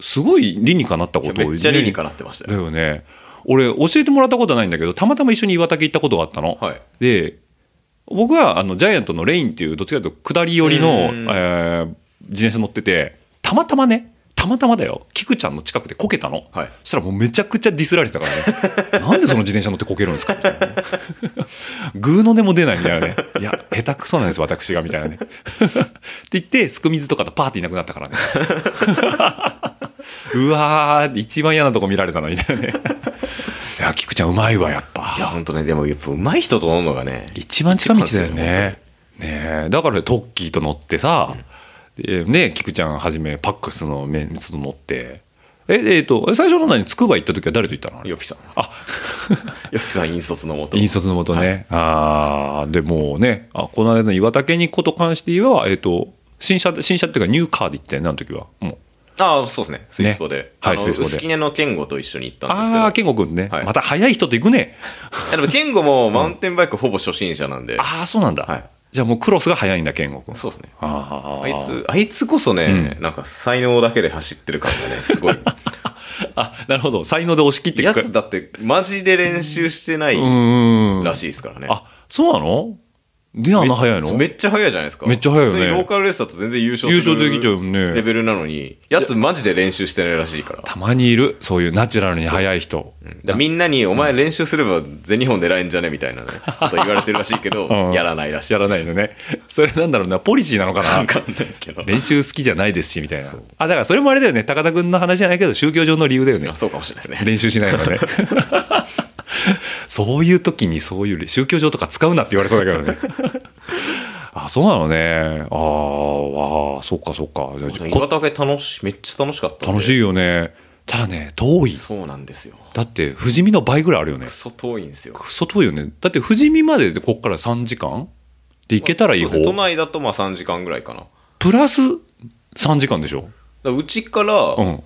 S1: すごい理にかなったことを、
S2: めっちゃ理にか
S1: な
S2: なってました
S1: だ
S2: よ。
S1: よね。俺、教えてもらったことはないんだけど、たまたま一緒に岩竹行ったことがあったの。
S2: はい
S1: で、僕はあのジャイアントのレインっていう、どっちかというと、下り寄りの、え
S2: うん
S1: ー自転車乗ってて、たまたまね、たまたまだよ、キクちゃんの近くでこけたの。
S2: はい
S1: そしたらもうめちゃくちゃディスられてたからね。
S2: [laughs]
S1: なんでその自転車乗ってこけるんですかみ [laughs] たいなねグーの音も出ないみたいなね。いや、下手くそなんです、私が、みたいなね。って [laughs] 言って、すく水とかとパーっていなくなったからね。
S2: [laughs]
S1: うわー、一番嫌なとこ見られたの、みたいなね。いや、菊ちゃんうまいわ、やっ
S2: い
S1: ぱ。
S2: や、本当ね、でもやっぱ上手い人と乗るのがね、
S1: 一番近道だよ
S2: 一番ですよ
S1: ね。ねえだからトッキーと乗ってさ、でね、菊ちゃんはじめ、パックスのメンツと乗って、え、えっ、と、最初の何、つくば行った時は誰と行ったのあれ
S2: ヨピさん。
S1: あ、
S2: [laughs] ヨピさん引率のもと。
S1: 引率のもとね。ああ、でもうね、あこの間の岩竹にこと関して言えば、えっ、と、新車、新車っていうかニューカーで行ったよね、あの時は。もう。
S2: ああ、そうですね。スイスポで。
S1: ねはい
S2: あの、
S1: スイスポで
S2: 薄木根の健吾と一緒に行ったんですけど。
S1: ああー、健吾君ね、
S2: はい
S1: また早い人と行くね。
S2: いやでも健吾もマウンテンバイクほぼ初心者なんで。
S1: ああ、そうなんだ。
S2: はい
S1: じゃあもうクロスが早いんだ、健吾君。
S2: そうですね。
S1: あー
S2: あいつ、あいつこそね、なんか才能だけで走ってる感がね、
S1: [laughs]
S2: すごい。
S1: あ、なるほど。才能で押し切って
S2: やつだって、マジで練習してないう
S1: ーん。
S2: らしいですからね。
S1: あ、そうなので、あんな早いの
S2: めっちゃ早いじゃないですか。
S1: めっちゃ早いよね
S2: 普通にローカルレースだと全然優勝す
S1: 優
S2: る
S1: 勝できちゃうよね
S2: レベルなのに、やつマジで練習してないらしいから。
S1: たまにいる。そういうナチュラルに早い人。
S2: だからみんなに、お前練習すれば全日本出られんじゃねみたいなね、こと言われてるらしいけど、
S1: [laughs] うん
S2: やらないらしい。
S1: やらないのね。それなんだろうな。ポリシーなのか [laughs] な
S2: わかんないですけど。
S1: 練習好きじゃないですし、みたいな。あ、だからそれもあれだよね。高田君の話じゃないけど、宗教上の理由だよね
S2: あ。そうかもしれないですね。
S1: 練習しないのは [laughs] ね。そういう時にそういう宗教上とか使うなって言われそうだけど [laughs] ね。あ、そうなのね。あーあー、そうかそうか。
S2: 岩竹楽し、めっちゃ楽しかったんで。
S1: 楽しいよね。ただね、遠い。
S2: そうなんですよ。
S1: だって、富士見の倍ぐらいあるよね
S2: ク。ソ遠いんですよ。
S1: クソ遠いよね。だって、富士見まででこっから3時間で行けたらいい
S2: そう
S1: 方
S2: ですね。都内だとまあ3時間ぐらいかな。だか
S1: プラス3時間でしょ。
S2: らうちから、
S1: うん。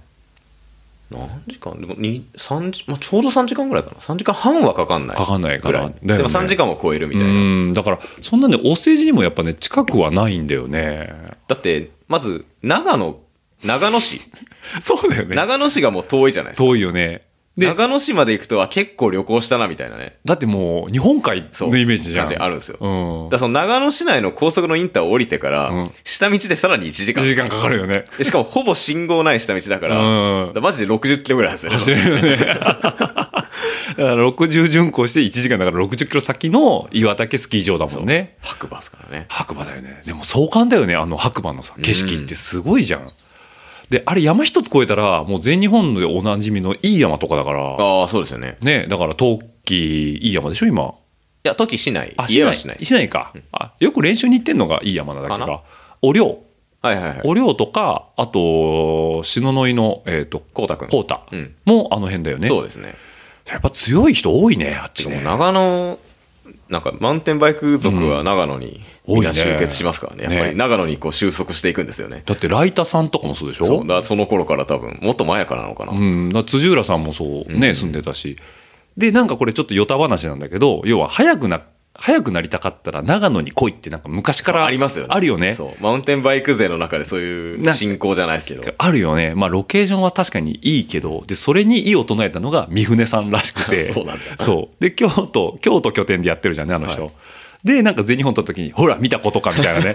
S2: 何時間でもに3時、まあ、ちょうど3時間ぐらいかな3時間半はかかんない
S1: かかんないかな
S2: ぐらい
S1: だよね
S2: でも3時間は超えるみたいな、
S1: うん。だから、そんなね、お世辞にもやっぱね、近くはないんだよね。
S2: だってまず長野長野市。
S1: そうだよ [laughs] ね。
S2: 長野市がもう遠いじゃないですか。
S1: 遠いよね。で、
S2: 長野市まで行くとは結構旅行したなみたいなね。
S1: だってもう、日本海
S2: そう。
S1: のイメージじゃ
S2: 感
S1: ん。
S2: あるんですよ。
S1: う
S2: だか
S1: ん。
S2: らその長野市内の高速のインターを降りてから、
S1: うん
S2: 下道でさらに1時間。
S1: 1時間かかるよね。
S2: でしかもほぼ信号ない下道だか
S1: う
S2: ら、
S1: ん
S2: だからマジで60キロぐらい走る。
S1: 走れるよ
S2: [laughs]
S1: ね。だから60巡航して1時間だから60キロ先の岩岳スキー場だもんね。
S2: 白馬ですからね。
S1: 白馬だよね。でも壮観だよね、あの白馬のさ、景色ってすごいじゃん。で、あれ山一つ越えたら、もう全日本でおなじみのいい山とかだから、
S2: ああ、そうですよね。
S1: ね、だから冬季いい山でしょ、今。
S2: いや、時市内
S1: あ。
S2: 家はしない。
S1: 市内か、あ。よく練習に行ってんのがいい山なだけ
S2: かな
S1: か。お寮。
S2: はいはいはい。
S1: お寮とか、あと、篠ノ井の、えっ、と、
S2: こうたくん。
S1: こうた
S2: うん
S1: もあの辺だよね。
S2: そうですね。
S1: やっぱ強い人多いね、あっち
S2: でも
S1: ね。
S2: 長野、なんかマウンテンバイク族は長野に
S1: うん
S2: みんな
S1: 多いね
S2: 集結しますからね。やっぱ
S1: ね
S2: り長野にこう収束していくんですよね。
S1: だってライタさんとかもそうでしょ
S2: そう。だからその頃から多分、もっと前からなのかな。
S1: うん、だから辻浦さんもそうね、住んでたし。で、なんかこれちょっとヨタ話なんだけど、要は早くな、早くなりたかったら長野に来いってなんか昔から
S2: そうありますよね。
S1: あるよね。
S2: そう。マウンテンバイク勢の中でそういう
S1: なんか
S2: 信仰じゃないですけど。
S1: あるよね。まあ、ロケーションは確かにいいけど、で、それに異を唱えたのが三船さんらしくて。
S2: [laughs] そうなんだ
S1: そうで、京都、京都拠点でやってるじゃんね、あの人。で、なんか全日本撮った時に、ほら、見たことか、みたいな
S2: [laughs]
S1: ね。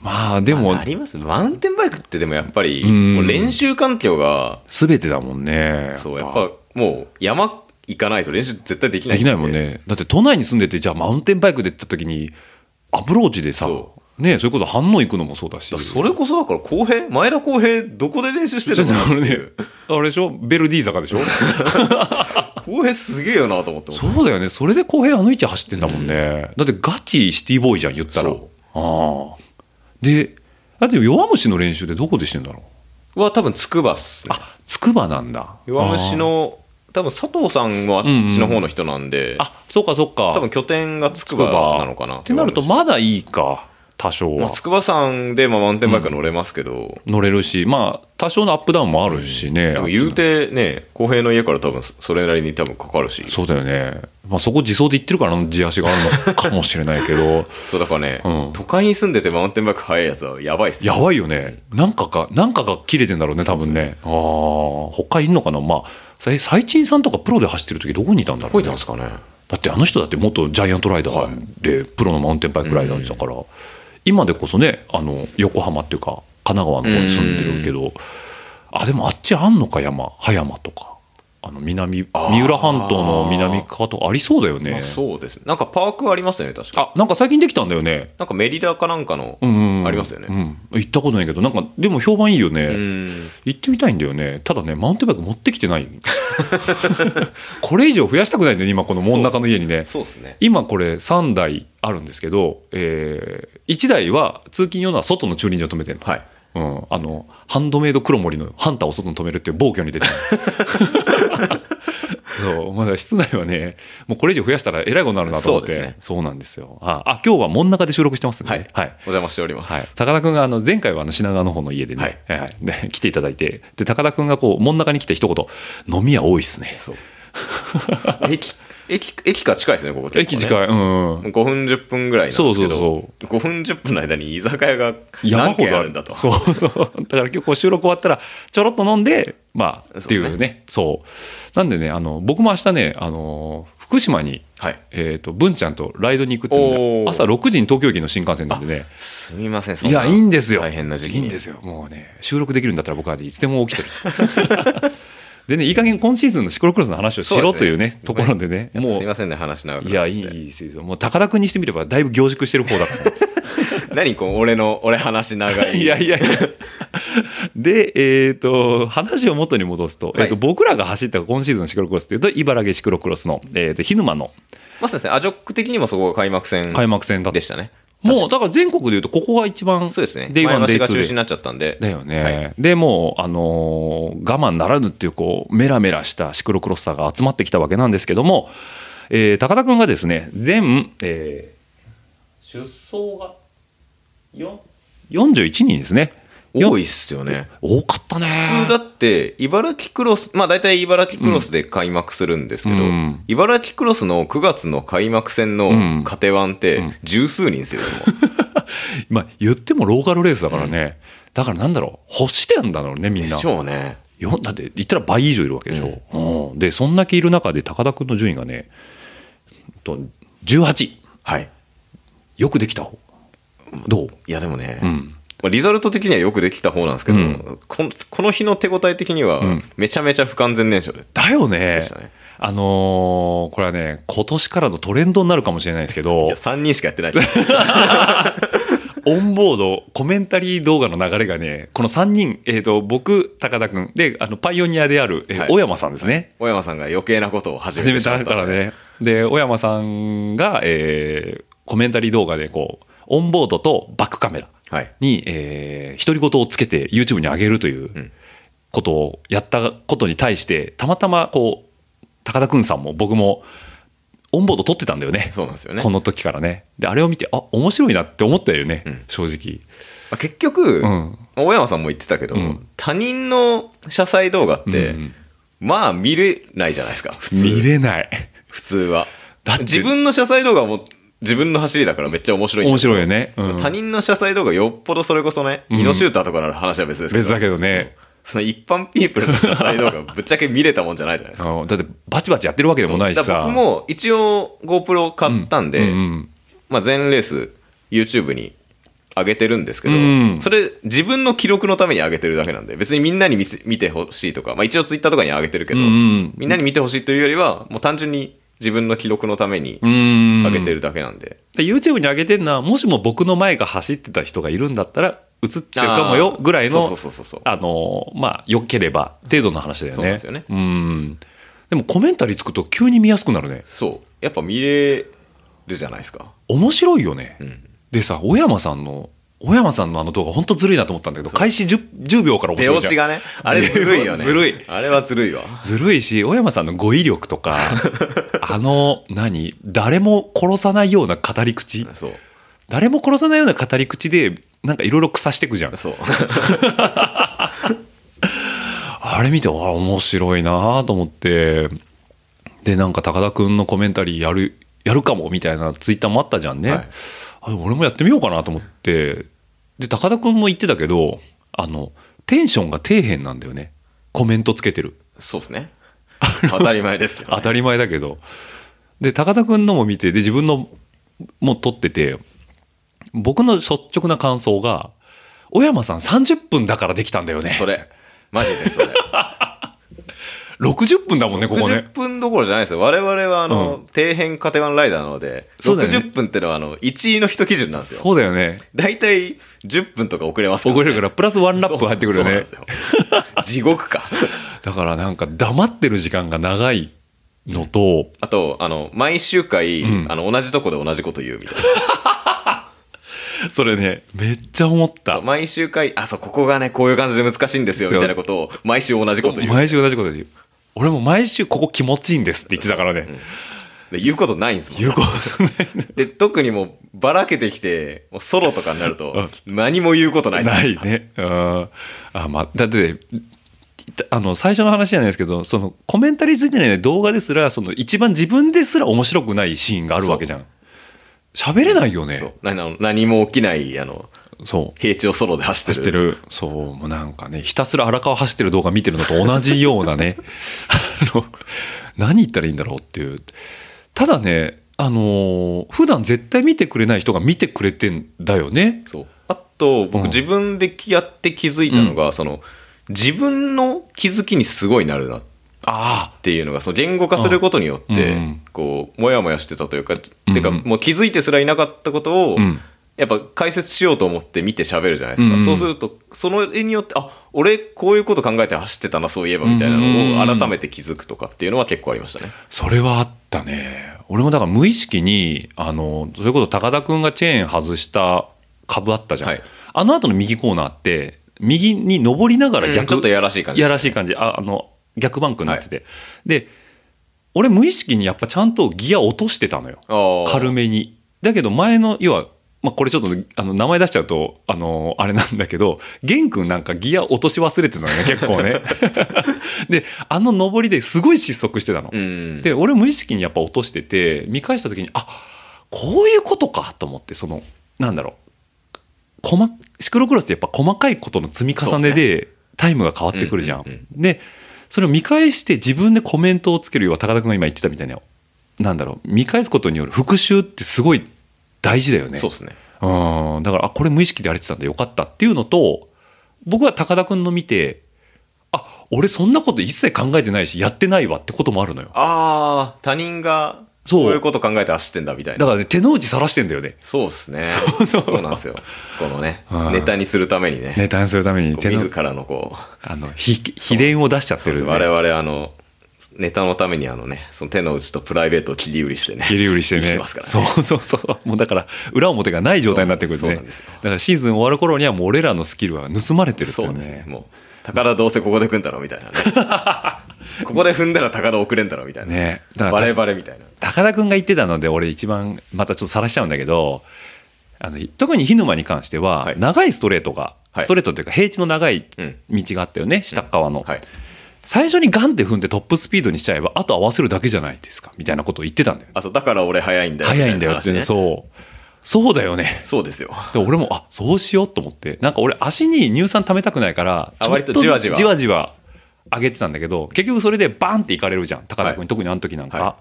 S1: まあ、でも
S2: あ、りますマウンテンバイクってでもやっぱり、
S1: ん
S2: もう練習環境が、
S1: すべてだもんね。
S2: そう、やっぱもう山行かないと練習絶対できない。
S1: できないもん。ね。だって都内に住んでて、じゃあマウンテンバイクで行った時に、アプローチでさ、
S2: そ
S1: ね、それこそ反応行くのもそうだし。
S2: だそれこそだから公平前田公平どこで練習してるのかなってい
S1: ね
S2: う。、
S1: あれでしょベルディ坂で
S2: [laughs]
S1: しょ
S2: 公平すげえよなと思って。
S1: そうだよね。それで公平あの位置走ってんだもんね。だってガチシティボーイじゃん、言ったら。あ
S2: そ
S1: あ。で、だって弱虫の練習でどこでしてんだろう
S2: は多分つくばっすね。
S1: あ、筑波なんだ。
S2: 弱虫
S1: あ
S2: の、多分佐藤さんはあっちの方の人なんで、
S1: あ。あ、そうかそうか。
S2: 多分拠点がつく
S1: 筑波
S2: ばなのかな。
S1: ってなると、まだいいか、多少
S2: まあ、
S1: は。
S2: 筑波山でまあマウンテンバイクは乗れますけど、
S1: 乗れるし、まあ、多少のアップダウンもあるしね。
S2: でも言うてね、公平の家から多分それなりに多分かかるし、
S1: そうだよね。まあそこ自走で行ってるからの地足があるのかもしれないけ
S2: [laughs]
S1: ど、
S2: そうだからね、
S1: うん
S2: 都会に住んでてマウンテンバイク速いやつはやばいっすよ。
S1: やばいよね。なんかか、なんかが切れてんだろうね、多分ね。ああ、他いんのかなまあ、さい最賃さんとかプロで走ってる時どこにいたんだろう、
S2: こ
S1: ね。
S2: いたんですかね。
S1: だってあの人だって元ジャイアントライダーで、プロのマウンテンバイクライダーだから、今でこそね、あの、横浜っていうか、神奈川の方に住んでるけど、あ、でもあっちあんのか、山、葉山とか。あの南三浦半島の南側とかありそうだよ
S2: ま
S1: ね
S2: あ、。そうですね。なんかパークありますよね、確か。
S1: あなんか最近できたんだよね。
S2: なんかメリダかなんかの、
S1: うんうんうん
S2: ありますよね。
S1: うん、行ったことないけどなんかでも評判いいよね、
S2: うん
S1: 行ってみたいんだよねただねマウンテンバイク持ってきてない
S2: [laughs]
S1: これ以上増やしたくないんだよね今この真ん中の家にね
S2: そうですね。
S1: 今これ3台あるんですけど、え1台は通勤用のは外の駐輪場止めてるの、
S2: はい。
S1: うん、あのハンドメイド黒森のハンターを外に止めるっていう暴挙に出てる
S2: [laughs]
S1: そうまだ室内はねもうこれ以上増やしたらえらいことになるなと思って
S2: そうですね
S1: そうなんですよああ今日は真ん中で収録してますんで、ね
S2: はい
S1: はい
S2: お邪魔しておりま
S1: はい
S2: す。、
S1: 高田君があの前回はあの品川の方の家でね、
S2: はい
S1: はいはいで来ていただいてで高田君がこう真ん中に来て一言「飲み屋多いっすね
S2: そう。駅、駅、駅から近いですね、ここ」
S1: 駅
S2: い。
S1: 近いうんうん
S2: もう5分10分ぐらいなんですけど、
S1: そう
S2: 5分10分の間に居酒屋が
S1: 山
S2: 何
S1: ほ
S2: 軒
S1: ど
S2: あ
S1: あ
S2: る
S1: る
S2: んだと。
S1: そうそうだから今日こう収録終わったらちょろっと飲んでまあってい
S2: そう
S1: うねそうなんでねあの僕も明日ねあの福島に
S2: はい。
S1: えーと文ちゃんとライドに行くっていうん
S2: おー
S1: だ朝6時に東京駅の新幹線なんでね
S2: すみません、そ
S1: いや、いいんですよ。
S2: 大変な時期に。
S1: いいんですよ。もうね、収録できるんだったら僕はねいつでも起きてる。 [laughs] でね、いい加減今シーズンのシクロクロスの話をしろというね、
S2: そ
S1: と
S2: う
S1: こ
S2: ですね
S1: ろでね、も
S2: す
S1: う
S2: み、ませんね、話長くなっ
S1: い
S2: ちゃっ
S1: や、
S2: て
S1: いいですよ。もう高田君にしてみれば、だいぶ凝縮してる方だか
S2: 何こう、俺の、俺話長
S1: ら。
S2: [laughs] い。
S1: いやいやいや。 [laughs] で、えっ、と、話を元に戻すと、えっ、
S2: は
S1: と、
S2: い
S1: 僕らが走った今シーズンのシクロクロスっていうと、茨城シクロクロスの、えっ、と、日沼の
S2: まあそうですね、アジョック的にもそこが開幕戦
S1: 開幕戦だった
S2: でしたね。
S1: もう、だから全国でいうと、ここが一番、
S2: そうですね。
S1: デイワン、
S2: 前
S1: デイ
S2: 橋が
S1: ツー
S2: 中
S1: で
S2: 心になっちゃったんで。
S1: だよね。
S2: はい
S1: でもう、あのー我慢ならぬっていう、こう、メラメラしたシクロクロスターが集まってきたわけなんですけども、えー高田くんがですね、全、えー出走がよ41人ですね。よ
S2: 多いっすよね。
S1: 多かったね。
S2: 普通だって、茨城クロス、まあ大体茨城クロスで開幕するんですけど、
S1: うん
S2: 茨城クロスの9月の開幕戦
S1: うん
S2: の
S1: [laughs]
S2: カテワンって十数人ですよ、いつも。
S1: まあ、言ってもローカルレースだからね。だからなんだろう、欲してんだろうね、みん
S2: で
S1: な
S2: し。ょうね。
S1: よだって言ったら倍以上いるわけでしょ、うんでそんだけいる中で高田君の順位がねと18
S2: はい。
S1: よくできた方どう
S2: いやでもね、
S1: ん
S2: まあリザルト的にはよくできた方なんですけど、
S1: うん
S2: このこの日の手応え的には
S1: ん
S2: めちゃめちゃ不完全燃焼で、
S1: だよね
S2: したね
S1: あのーこれはね今年からのトレンドになるかもしれないですけ
S2: [laughs] い
S1: ど
S2: や3人しかや
S1: [laughs]
S2: ってないは
S1: オンボードコメンタリー動画の流れがねこの3人、えー、と僕高田君であのパイオニアである、えー
S2: はい
S1: 小山さんですね、
S2: 小山さんが余計なことを始め
S1: 始
S2: て
S1: め
S2: しまったた
S1: からね。で、小山さんが、えーコメンタリー動画で、こう、オンボードとバックカメラ
S2: はい
S1: に、えー独り言をつけて YouTube に上げるといううんことをやったことに対して、たまたま、こう、高田くんさんも僕も、オンボード撮ってたんだよね。
S2: そうなんですよね、
S1: こ
S2: ま
S1: の時からね。で、あれを見て、あ、面白いなって思ったよね、
S2: うん
S1: 正直。
S2: あ結局、
S1: うん
S2: 小山さんも言ってたけど、
S1: うん
S2: 他人の謝罪動画って、
S1: うん
S2: まあ見れないじゃないですか普通
S1: 見れない。
S2: 普通は
S1: だって
S2: 自分の謝罪動画も自分の走りだからめっちゃ面白いんだけど
S1: 面白いよね。うん
S2: 他人の謝罪動画よっぽどそれこそね、
S1: ん
S2: イノシューターとかなら話は別ですけど
S1: 別だけどね。
S2: その一般ピープルの謝罪動画ぶっちゃけ見れたもんじゃないじゃないですか
S1: うんだって、バチバチやってるわけでも [laughs] ないし
S2: だから
S1: さ。
S2: 僕も一応 GoPro 買ったんで、
S1: うんうん
S2: まあ、全レース YouTube に上げてるんですけど、
S1: うん
S2: それ自分の記録のために上げてるだけなんで別にみんなに見せ見てほしいとか、まあ、一応 Twitter とかに上げてるけど、
S1: うんうん
S2: みんなに見てほしいというよりはもう単純に自分の記録のために
S1: うん
S2: 上げてるだけなんで、
S1: で YouTube に上げてるのはもしも僕の前が走ってた人がいるんだったら映ってるかもよ
S2: あー
S1: ぐらいの
S2: そうそうそうそう
S1: あのーまあよければ程度の話だよね
S2: そうなんですよね
S1: うんでもコメンタリーつくと急に見やすくなるね
S2: そうやっぱ見れるじゃないですか
S1: 面白いよね、
S2: ん
S1: でさ小山さんの小山さんのあの動画本当ずるいなと思ったんだけど開始 10, 10秒から面
S2: 出
S1: 白い
S2: 落
S1: じゃん
S2: ちがねあれずるいよね
S1: [laughs] ずるい
S2: あれはずるいわ
S1: ずるいし小山さんの語彙力と
S2: [laughs]
S1: かあの何誰も殺さないような語り口
S2: そう
S1: 誰も殺さないような語り口でなんかいろいろ腐していくじゃん
S2: そう
S1: あれ見てあ面白いなと思ってでなんか高田君のコメンタリーやるやるかもみたいなツイッターもあったじゃんね、
S2: はい
S1: あ俺もやってみようかなと思ってで高田君も言ってたけどあのテンションが底辺なんだよねコメントつけてる
S2: [laughs] そうですね当たり前ですけどね
S1: 当たり前だけどで高田君のも見てで自分のも撮ってて僕の率直な感想が小山さん30分だからできたんだよね
S2: それマジ
S1: [laughs]
S2: でそれ
S1: 60分だもんねここね
S2: 60分どころじゃないですよ。我々は、あの、
S1: うん
S2: 底辺カテゴリーライダーなので、
S1: そうだよね
S2: 60分ってのは、あの、1位の人基準なんですよ。
S1: そうだよね
S2: 大体、10分とか遅れますから、
S1: 遅れるからプラスワンラ
S2: そ
S1: ッ
S2: う
S1: プ入ってくるよね
S2: そうなんですよ地獄か。
S1: だからなんか黙ってる時間が長いの
S2: [laughs]
S1: と
S2: あと、あの、毎週回、
S1: うん
S2: あの、同じとこで同じこと言うみたい
S1: [laughs]
S2: な。
S1: それねめっちゃ思った
S2: 毎週回、あ、そう、ここがね、こういう感じで難しいんですよ、
S1: そう
S2: みたいなことを、毎週同じこと言う。
S1: 毎週同じこと言う俺も毎週ここ気持ちいいんですって言ってたからね、
S2: で言うことないんですもん。
S1: 言うことない
S2: で、特にもう、ばらけてきて、もうソロとかになると、何も言うことないじゃ
S1: な
S2: [laughs] ない
S1: い
S2: ですか。
S1: ね。うん。あ、まあ、だって、あの、最初の話じゃないですけど、その、コメンタリーついてない動画ですら、その、一番自分ですら面白くないシーンがあるわけじゃん。喋れないよね。
S2: そ
S1: そう
S2: なな何も起きない、あの、
S1: う。
S2: 平地をソロで走っ
S1: 走
S2: てる
S1: ってる。そう、もうなんかね、ひたすら荒川走ってる動画見てるのと同じような
S2: [laughs]
S1: ね、あの、何言ったらいいんだろうっていう。ただね、あのー普段絶対見てくれない人が見てくれてんだよね。
S2: そうあと
S1: うん
S2: 僕自分でやって気づいたのが、その自分の気づきにすごいなるなっ
S1: あ
S2: ていうのがその言語化することによって、
S1: うんうん
S2: こうモヤモヤしてたというか、
S1: うん
S2: てかもう気づいてすらいなかったことを、
S1: うん
S2: やっぱ解説しようと思って見て喋るじゃないですか、
S1: うんうん
S2: そうするとその絵によってあ俺こういうこと考えて走ってたなそういえばみたいな
S1: うんうん
S2: の
S1: う
S2: を
S1: ん
S2: 改めて気づくとかっていうのは結構ありましたね、
S1: あ、それはあったね。俺もだから無意識に、あの、それこそ高田くんがチェーン外した株あったじゃん。
S2: はい
S1: あの後の右コーナーって、右に登りながら
S2: うん
S1: 逆、
S2: ちょっとやらしい感じ
S1: やらしい感じ。ああの、逆バンクになってて。で、俺無意識にやっぱちゃんとギア落としてたのよ。
S2: ああ
S1: 軽めに。だけど前の、要は、まあ、これちょっとあの名前出しちゃうと、あのあれなんだけど、玄君なんかギア落とし忘れてたのね、結構
S2: [laughs]
S1: ね。で、あの上りですごい失速してたの。
S2: うん
S1: で俺無意識にやっぱ落としてて見返した時にあこういうことかと思ってそのなんだろう細シクロクロスってやっぱ細かいことの積み重ね
S2: そう
S1: でタイムが変わってくるじゃん。
S2: うんうん
S1: でそれを見返して自分でコメントをつけるよは高田君が今言ってたみたいななんだろう見返すことによる復習ってすごい大事だよね。
S2: そうですね。
S1: うんだからあこれ無意識でやれてたんだよかったっていうのと僕は高田君の見てあ俺そんなこと一切考えてないしやってないわってこともあるのよ
S2: ああ、他人が、
S1: そう
S2: こういうこと考えて走ってんだみたい
S1: だ
S2: な。
S1: からね手の内さらしてんだよね
S2: そうですね。
S1: そう
S2: そうなんですよ。このね
S1: うん、
S2: ネタにするためにね、
S1: ネタにするために
S2: こう
S1: 手の
S2: 自らのこう、
S1: あのひ秘伝を出しちゃってる、
S2: 我
S1: ね、
S2: 々あのネタのためにあのねその手の内とプライベートを切り売りしてね
S1: 切り売りしてね
S2: 生きてますからね
S1: そうそうそうもうだから裏表がない状態になってくる
S2: そう
S1: ね
S2: そうなんですよ
S1: だからシーズン終わる頃にはもう俺らのスキルは盗まれてるってい
S2: そうう
S1: ね
S2: ですねもう宝どうせここで組んだろみたいなね
S1: [laughs]
S2: ここで踏んだら高田遅れんだろみたいな、
S1: ねだから
S2: バレバレみたいな
S1: 高田君が言ってたので俺一番またちょっと晒しちゃうんだけどあの特に沼に関しては
S2: はい
S1: 長いストレートが、
S2: はい
S1: ストレートというか平地の長い
S2: うん
S1: 道があったよね、下っ側の、
S2: はい
S1: 最初にガンって踏んでトップスピードにしちゃえばあと合わせるだけじゃないですかみたいなことを言ってたんだよ、ね、
S2: あとだから俺早いんだよ
S1: 早いんだよ
S2: み
S1: ったて、
S2: な話ねそう
S1: そうそうだよね
S2: ですよ
S1: で俺もあそうしようと思ってなんか俺足に乳酸溜めたくないから
S2: あ割と
S1: ちょっずつ
S2: じわじわ
S1: じわじわ上げてたんだけど結局それでバンっていかれるじゃん高田君に、
S2: はい
S1: 特にあの時なんか、
S2: は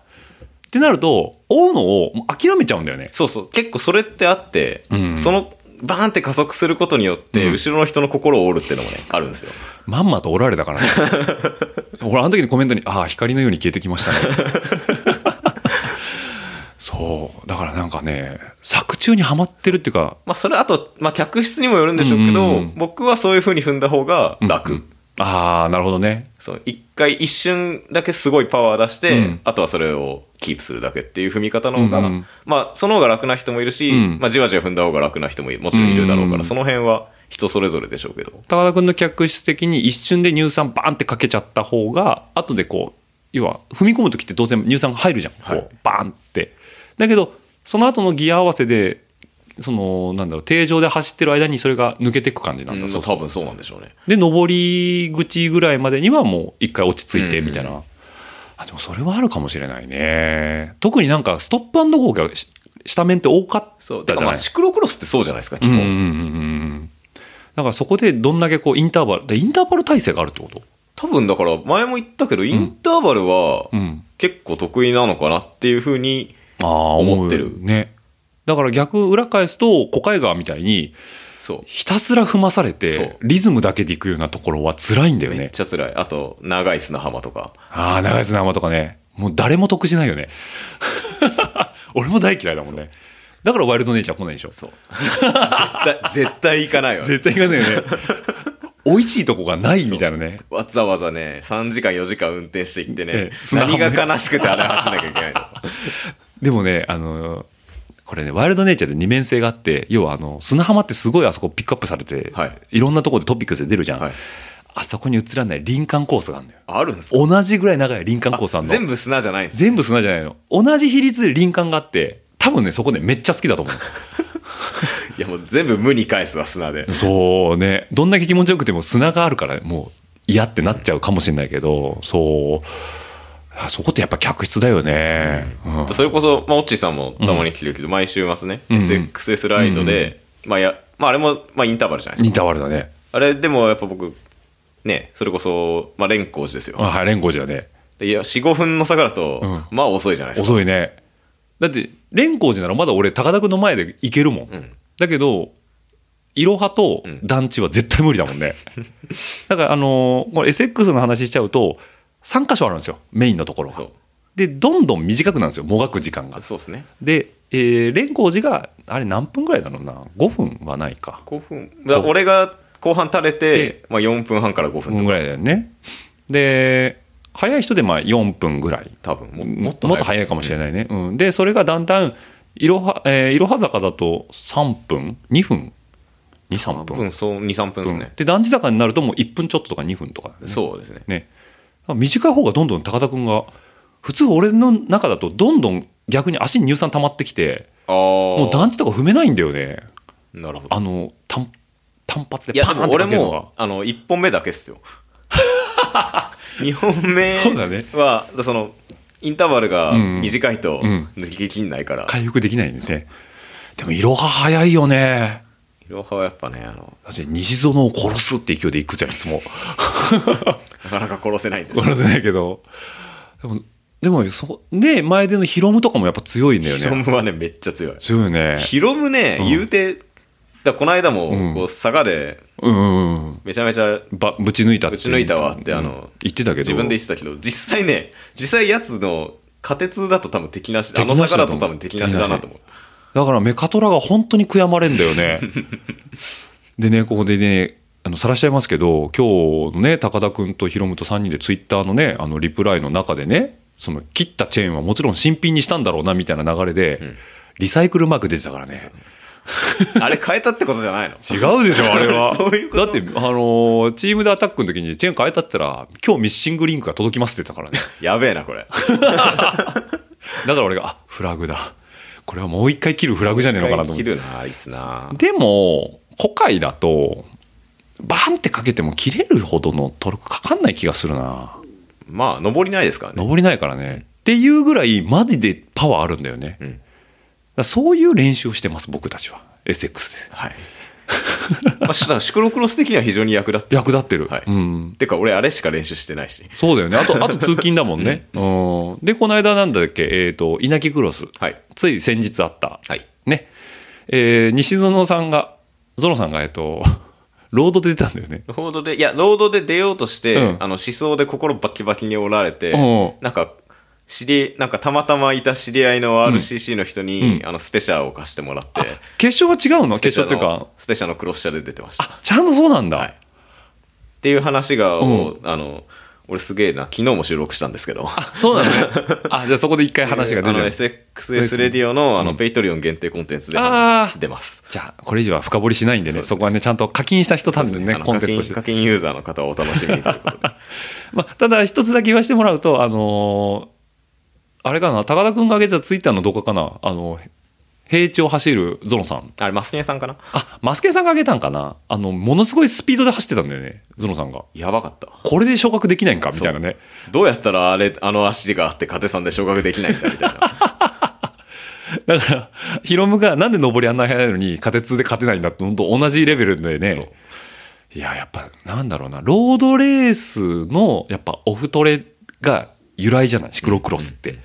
S1: ってなると追うのをもう諦めちゃうんだよね
S2: そうそう結構それってあって、
S1: うん
S2: そのバーンって加速することによって、
S1: うん
S2: 後ろの人の心を折るっていうのもねあるんですよ
S1: まんまと折られた
S2: [laughs]
S1: からね俺あの時にコメントに「ああ光のように消えてきましたね」 [laughs] そうだからなんかね作中にはまってるっていうか
S2: まあそれあと、まあ、客室にもよるんでしょうけ
S1: うん
S2: ど、
S1: うんうん
S2: 僕はそういうふうに踏んだ方が楽、
S1: うんああなるほどね
S2: その一回一瞬だけすごいパワー出して、
S1: うん
S2: あとはそれをキープするだけっていう踏み方の方が、
S1: うんうん
S2: まあその方が楽な人もいるし、
S1: うん
S2: まあじわじわ踏んだ方が楽な人ももちろんいるだろうか
S1: う
S2: ら、
S1: ん
S2: その辺は人それぞれでしょうけど。
S1: 高田君の客室的に一瞬で乳酸バーンってかけちゃった方が後でこう要は踏み込む時って当然乳酸が入るじゃん、
S2: はい
S1: こうバーンってだけどその後のギア合わせでそのなんだろう定常で走ってる間にそれが抜けていく感じなんだ、そう
S2: 多分そうなんでしょうね。
S1: で上り口ぐらいまでにはもう一回落ち着いてみたいな、
S2: う
S1: あでもそれはあるかもしれないね特になんかストップアンドゴーがし下面って多かったじ
S2: そう。
S1: ゃ
S2: だから
S1: な
S2: ま
S1: い
S2: あシクロクロスってそうじゃないですか、基
S1: うん
S2: 本。
S1: うんうんうんだからそこでどんだけこうインターバルでインターバル体制があるってこと
S2: 多分だから前も言ったけど、インターバルは
S1: うん
S2: 結構得意なのかなっていうふうに、
S1: ああ
S2: 思ってる
S1: ねだから逆裏返すと小海川みたいに
S2: そう。
S1: ひたすら踏まされ
S2: そ
S1: て
S2: う
S1: リズムだけでいくようなところは辛いんだよ
S2: めっ
S1: ね
S2: ちゃ辛い。あと、長い砂浜とか。
S1: ああ長い砂浜とかねもう誰も得しないよ
S2: [laughs]
S1: ね俺も大嫌いだもんねだからワイルドネイチャー来ないでしょ
S2: そう。絶対、絶対行
S1: [laughs]
S2: かないわ。
S1: 絶対行かないよ
S2: [laughs]
S1: ね美味しいとこがないみたいなね
S2: わざわざね、3時間4時間運転していって
S1: え
S2: ね
S1: え、砂浜
S2: 何
S1: ね
S2: が悲しくてあれ走んなきゃいけないの。
S1: [laughs] でもねあのこれねワイルドネイチャーで二面性があって要はあの砂浜ってすごいあそこピックアップされて、
S2: はい
S1: いろんなところでトピックスで出るじゃん、
S2: はい
S1: あそこに映らない林間コースがあるんだよ
S2: あるんですか
S1: 同じぐらい長い林間コースあるの
S2: 全部砂じゃないんです。
S1: 全部砂じゃないの同じ比率で林間があって多分ねそこねめっちゃ好きだと思う
S2: [laughs] いやもう全部無に返すわ、砂で。
S1: そうね。どんだけ気持ちよくても砂があるから、もう嫌ってなっちゃうかもしれないけど、そう。あそこってやっぱ客室だよね。うん
S2: それこそ、まあ、オッチーさんもたまに来てるけど、毎週末ね、
S1: ん
S2: SXS ライドで、まあや、まああれも、まあインターバルじゃないです
S1: イ
S2: か。
S1: ンターバルだね。
S2: あれでもやっぱ僕、ね、それこそ、まあ連行寺です
S1: あ
S2: よ。
S1: はい、連行じゃね。
S2: いや、4、5分の差からと
S1: うん、
S2: まあ遅いじゃないですか。
S1: 遅いね。だって、連行寺ならまだ俺、高田君の前で行けるもん。
S2: ん
S1: だけど、いろはと
S2: ん
S1: 団地は絶対無理だもんね。 [laughs] だから、あのーこれ SX の話しちゃうと、3箇所あるんですよ、メインのところ
S2: そ
S1: が
S2: う。
S1: で、どんどん短くなるんですよ、もがく時間が。
S2: そうですね。
S1: で、えー、蓮光寺があれ何分ぐらいだろうな5分はないか
S2: 5分。だから俺が後半垂れ
S1: で
S2: て、まあ4分半から5
S1: 5
S2: 分と
S1: 分ぐらいだよねで早い人でまあ4分ぐらい
S2: 多分も
S1: も
S2: も
S1: っ
S2: っ
S1: と
S2: と
S1: 早いかもしれないね、うんでそれがだんだんいろは、えー、いろは坂だと3分2分23分
S2: 分そう23分です
S1: 分
S2: ね、
S1: で団地坂になるともう1分ちょっととか2分とかだよね
S2: そうですね
S1: ね短い方がどんどん高田君が普通俺の中だとどんどん逆に足に乳酸溜まってきて
S2: ああ
S1: もう団地とか踏めないんだよね
S2: なるほど
S1: あの単単発
S2: い
S1: で
S2: や
S1: パ
S2: で
S1: ーンっ
S2: も
S1: て
S2: 俺
S1: かけるのが
S2: もあの1本目だけっ
S1: [laughs]
S2: すよ2本目
S1: そうだね
S2: はそのインターバルが
S1: うん
S2: 短いと
S1: うん
S2: 抜ききんないから、
S1: 回復できないんですねでもいろは早いよね
S2: いろははやっぱね、あの、
S1: だって西園を殺すって勢いで行くじゃん、いつも。
S2: なかなか殺せない
S1: [laughs]
S2: です。
S1: 殺せないけど。でも、でもそで、前でのヒロムとかもやっぱ強いんだよ
S2: ヒロ
S1: ね。
S2: ムはね、めっちゃ強い。
S1: 強いよね。
S2: ヒロムね、言うて、だこの間も、こう、佐賀で、
S1: うんうんうん。
S2: めちゃめちゃ
S1: ばぶち抜いたって
S2: ぶち抜いたわってあの
S1: うん言ってたけど
S2: 自分で言ってたけど、実際ね、実際やつの仮鉄だと多分敵なし、あの
S1: 敵なし
S2: 坂
S1: だ
S2: だ
S1: と
S2: と
S1: 思う
S2: 多分敵なしだなと思う。
S1: だからメカトラが本当に悔やまれんだよ
S2: [laughs]
S1: ねでねここでねあの晒しちゃいますけど今日のね高田君とヒロムと3人でツイッターのねあのリプライの中でねその切ったチェーンはもちろん新品にしたんだろうなみたいな流れで、リサイクルマーク出てたからね
S2: [laughs] あれ変えたってことじゃないの
S1: 違うでしょあれは
S2: [laughs] そういうこと
S1: だってあのーチームでアタックの時にチェーン変えたったら今日ミッシングリンクが届きますって言ってたからね [laughs]
S2: やべえな、これ。
S1: だから俺があフラグだこれはもう一回切るフラグじゃねえのかなと思って
S2: 切るな、あいつな。
S1: でも古海だとバーンってかけても切れるほどのトルクかかんない気がするな
S2: まあ、登りないで
S1: [laughs]
S2: すからね。
S1: 登りないからねっていうぐらいマジでパワーあるんだよね、
S2: ん
S1: だからそういう練習をしてます僕たちは SX で
S2: はい。 [laughs] まあ、しシクロクロス的には非常に役立って。
S1: 役立ってる、
S2: はい
S1: うん
S2: てか、俺、あれしか練習してないし。
S1: そうだよねあとあと通勤だもんね、うん、でこの間なんだっけえっ、と稲城クロス
S2: はい。
S1: つい先日あった
S2: はい。
S1: ねえー西園さんがゾノさんがえっ、と [laughs] ロードで出たんだよね
S2: ロードで、いや、ロードで出ようとして、
S1: うん
S2: あの、思想で心バキバキに折られて、
S1: うん
S2: なんか、知り、なんかたまたまいた知り合いの RCC の人に、あの、スペシャーを貸してもらって、
S1: 決勝は違うの
S2: スペ
S1: 決
S2: シ
S1: 勝
S2: ャー
S1: っていう
S2: の
S1: か、
S2: スペシャーのクロス車で出てました。っ
S1: あちゃんとそうなんだ。
S2: はいていう話が、
S1: うん
S2: もうあの、俺すげえな、昨日も収録したんですけど。
S1: そうなんだ、ね。あ、じゃあそこで一回話が出
S2: あの、
S1: てる。
S2: SXS レディオの、あの、ペイトリオン限定コンテンツで
S1: あー
S2: 出ます。
S1: じゃあ、これ以上は深掘りしないんでね、そ
S2: そうですね
S1: こはね、ちゃんと課金した人たんでね、
S2: あの
S1: コン
S2: 課
S1: テンツ
S2: 金
S1: として
S2: 課。金ユーザーの方はお楽しみにということで。
S1: まあ、ただ、一つだけ言わせてもらうと、あのーあれかな、高田君が上げてたツイッターの動画かな、あの、平地を走るゾノさん。
S2: あれ、マスニエさんかな
S1: あ、マスケさんが上げたんかな。あの、ものすごいスピードで走ってたんだよね、ゾノさんが。
S2: やばかった。
S1: これで昇格できないんかみたいなね。
S2: どうやったらあれ、あの足があって、カテさん
S1: [laughs]
S2: で昇格できないんだみたいな。
S1: だから、ヒロムがなんで登りあんな速いのに、仮鉄で勝てないんだって、本当同じレベルでね。いや、やっぱ、なんだろうな、ロードレースの、やっぱ、オフトレが由来じゃない、シクロクロスって。っ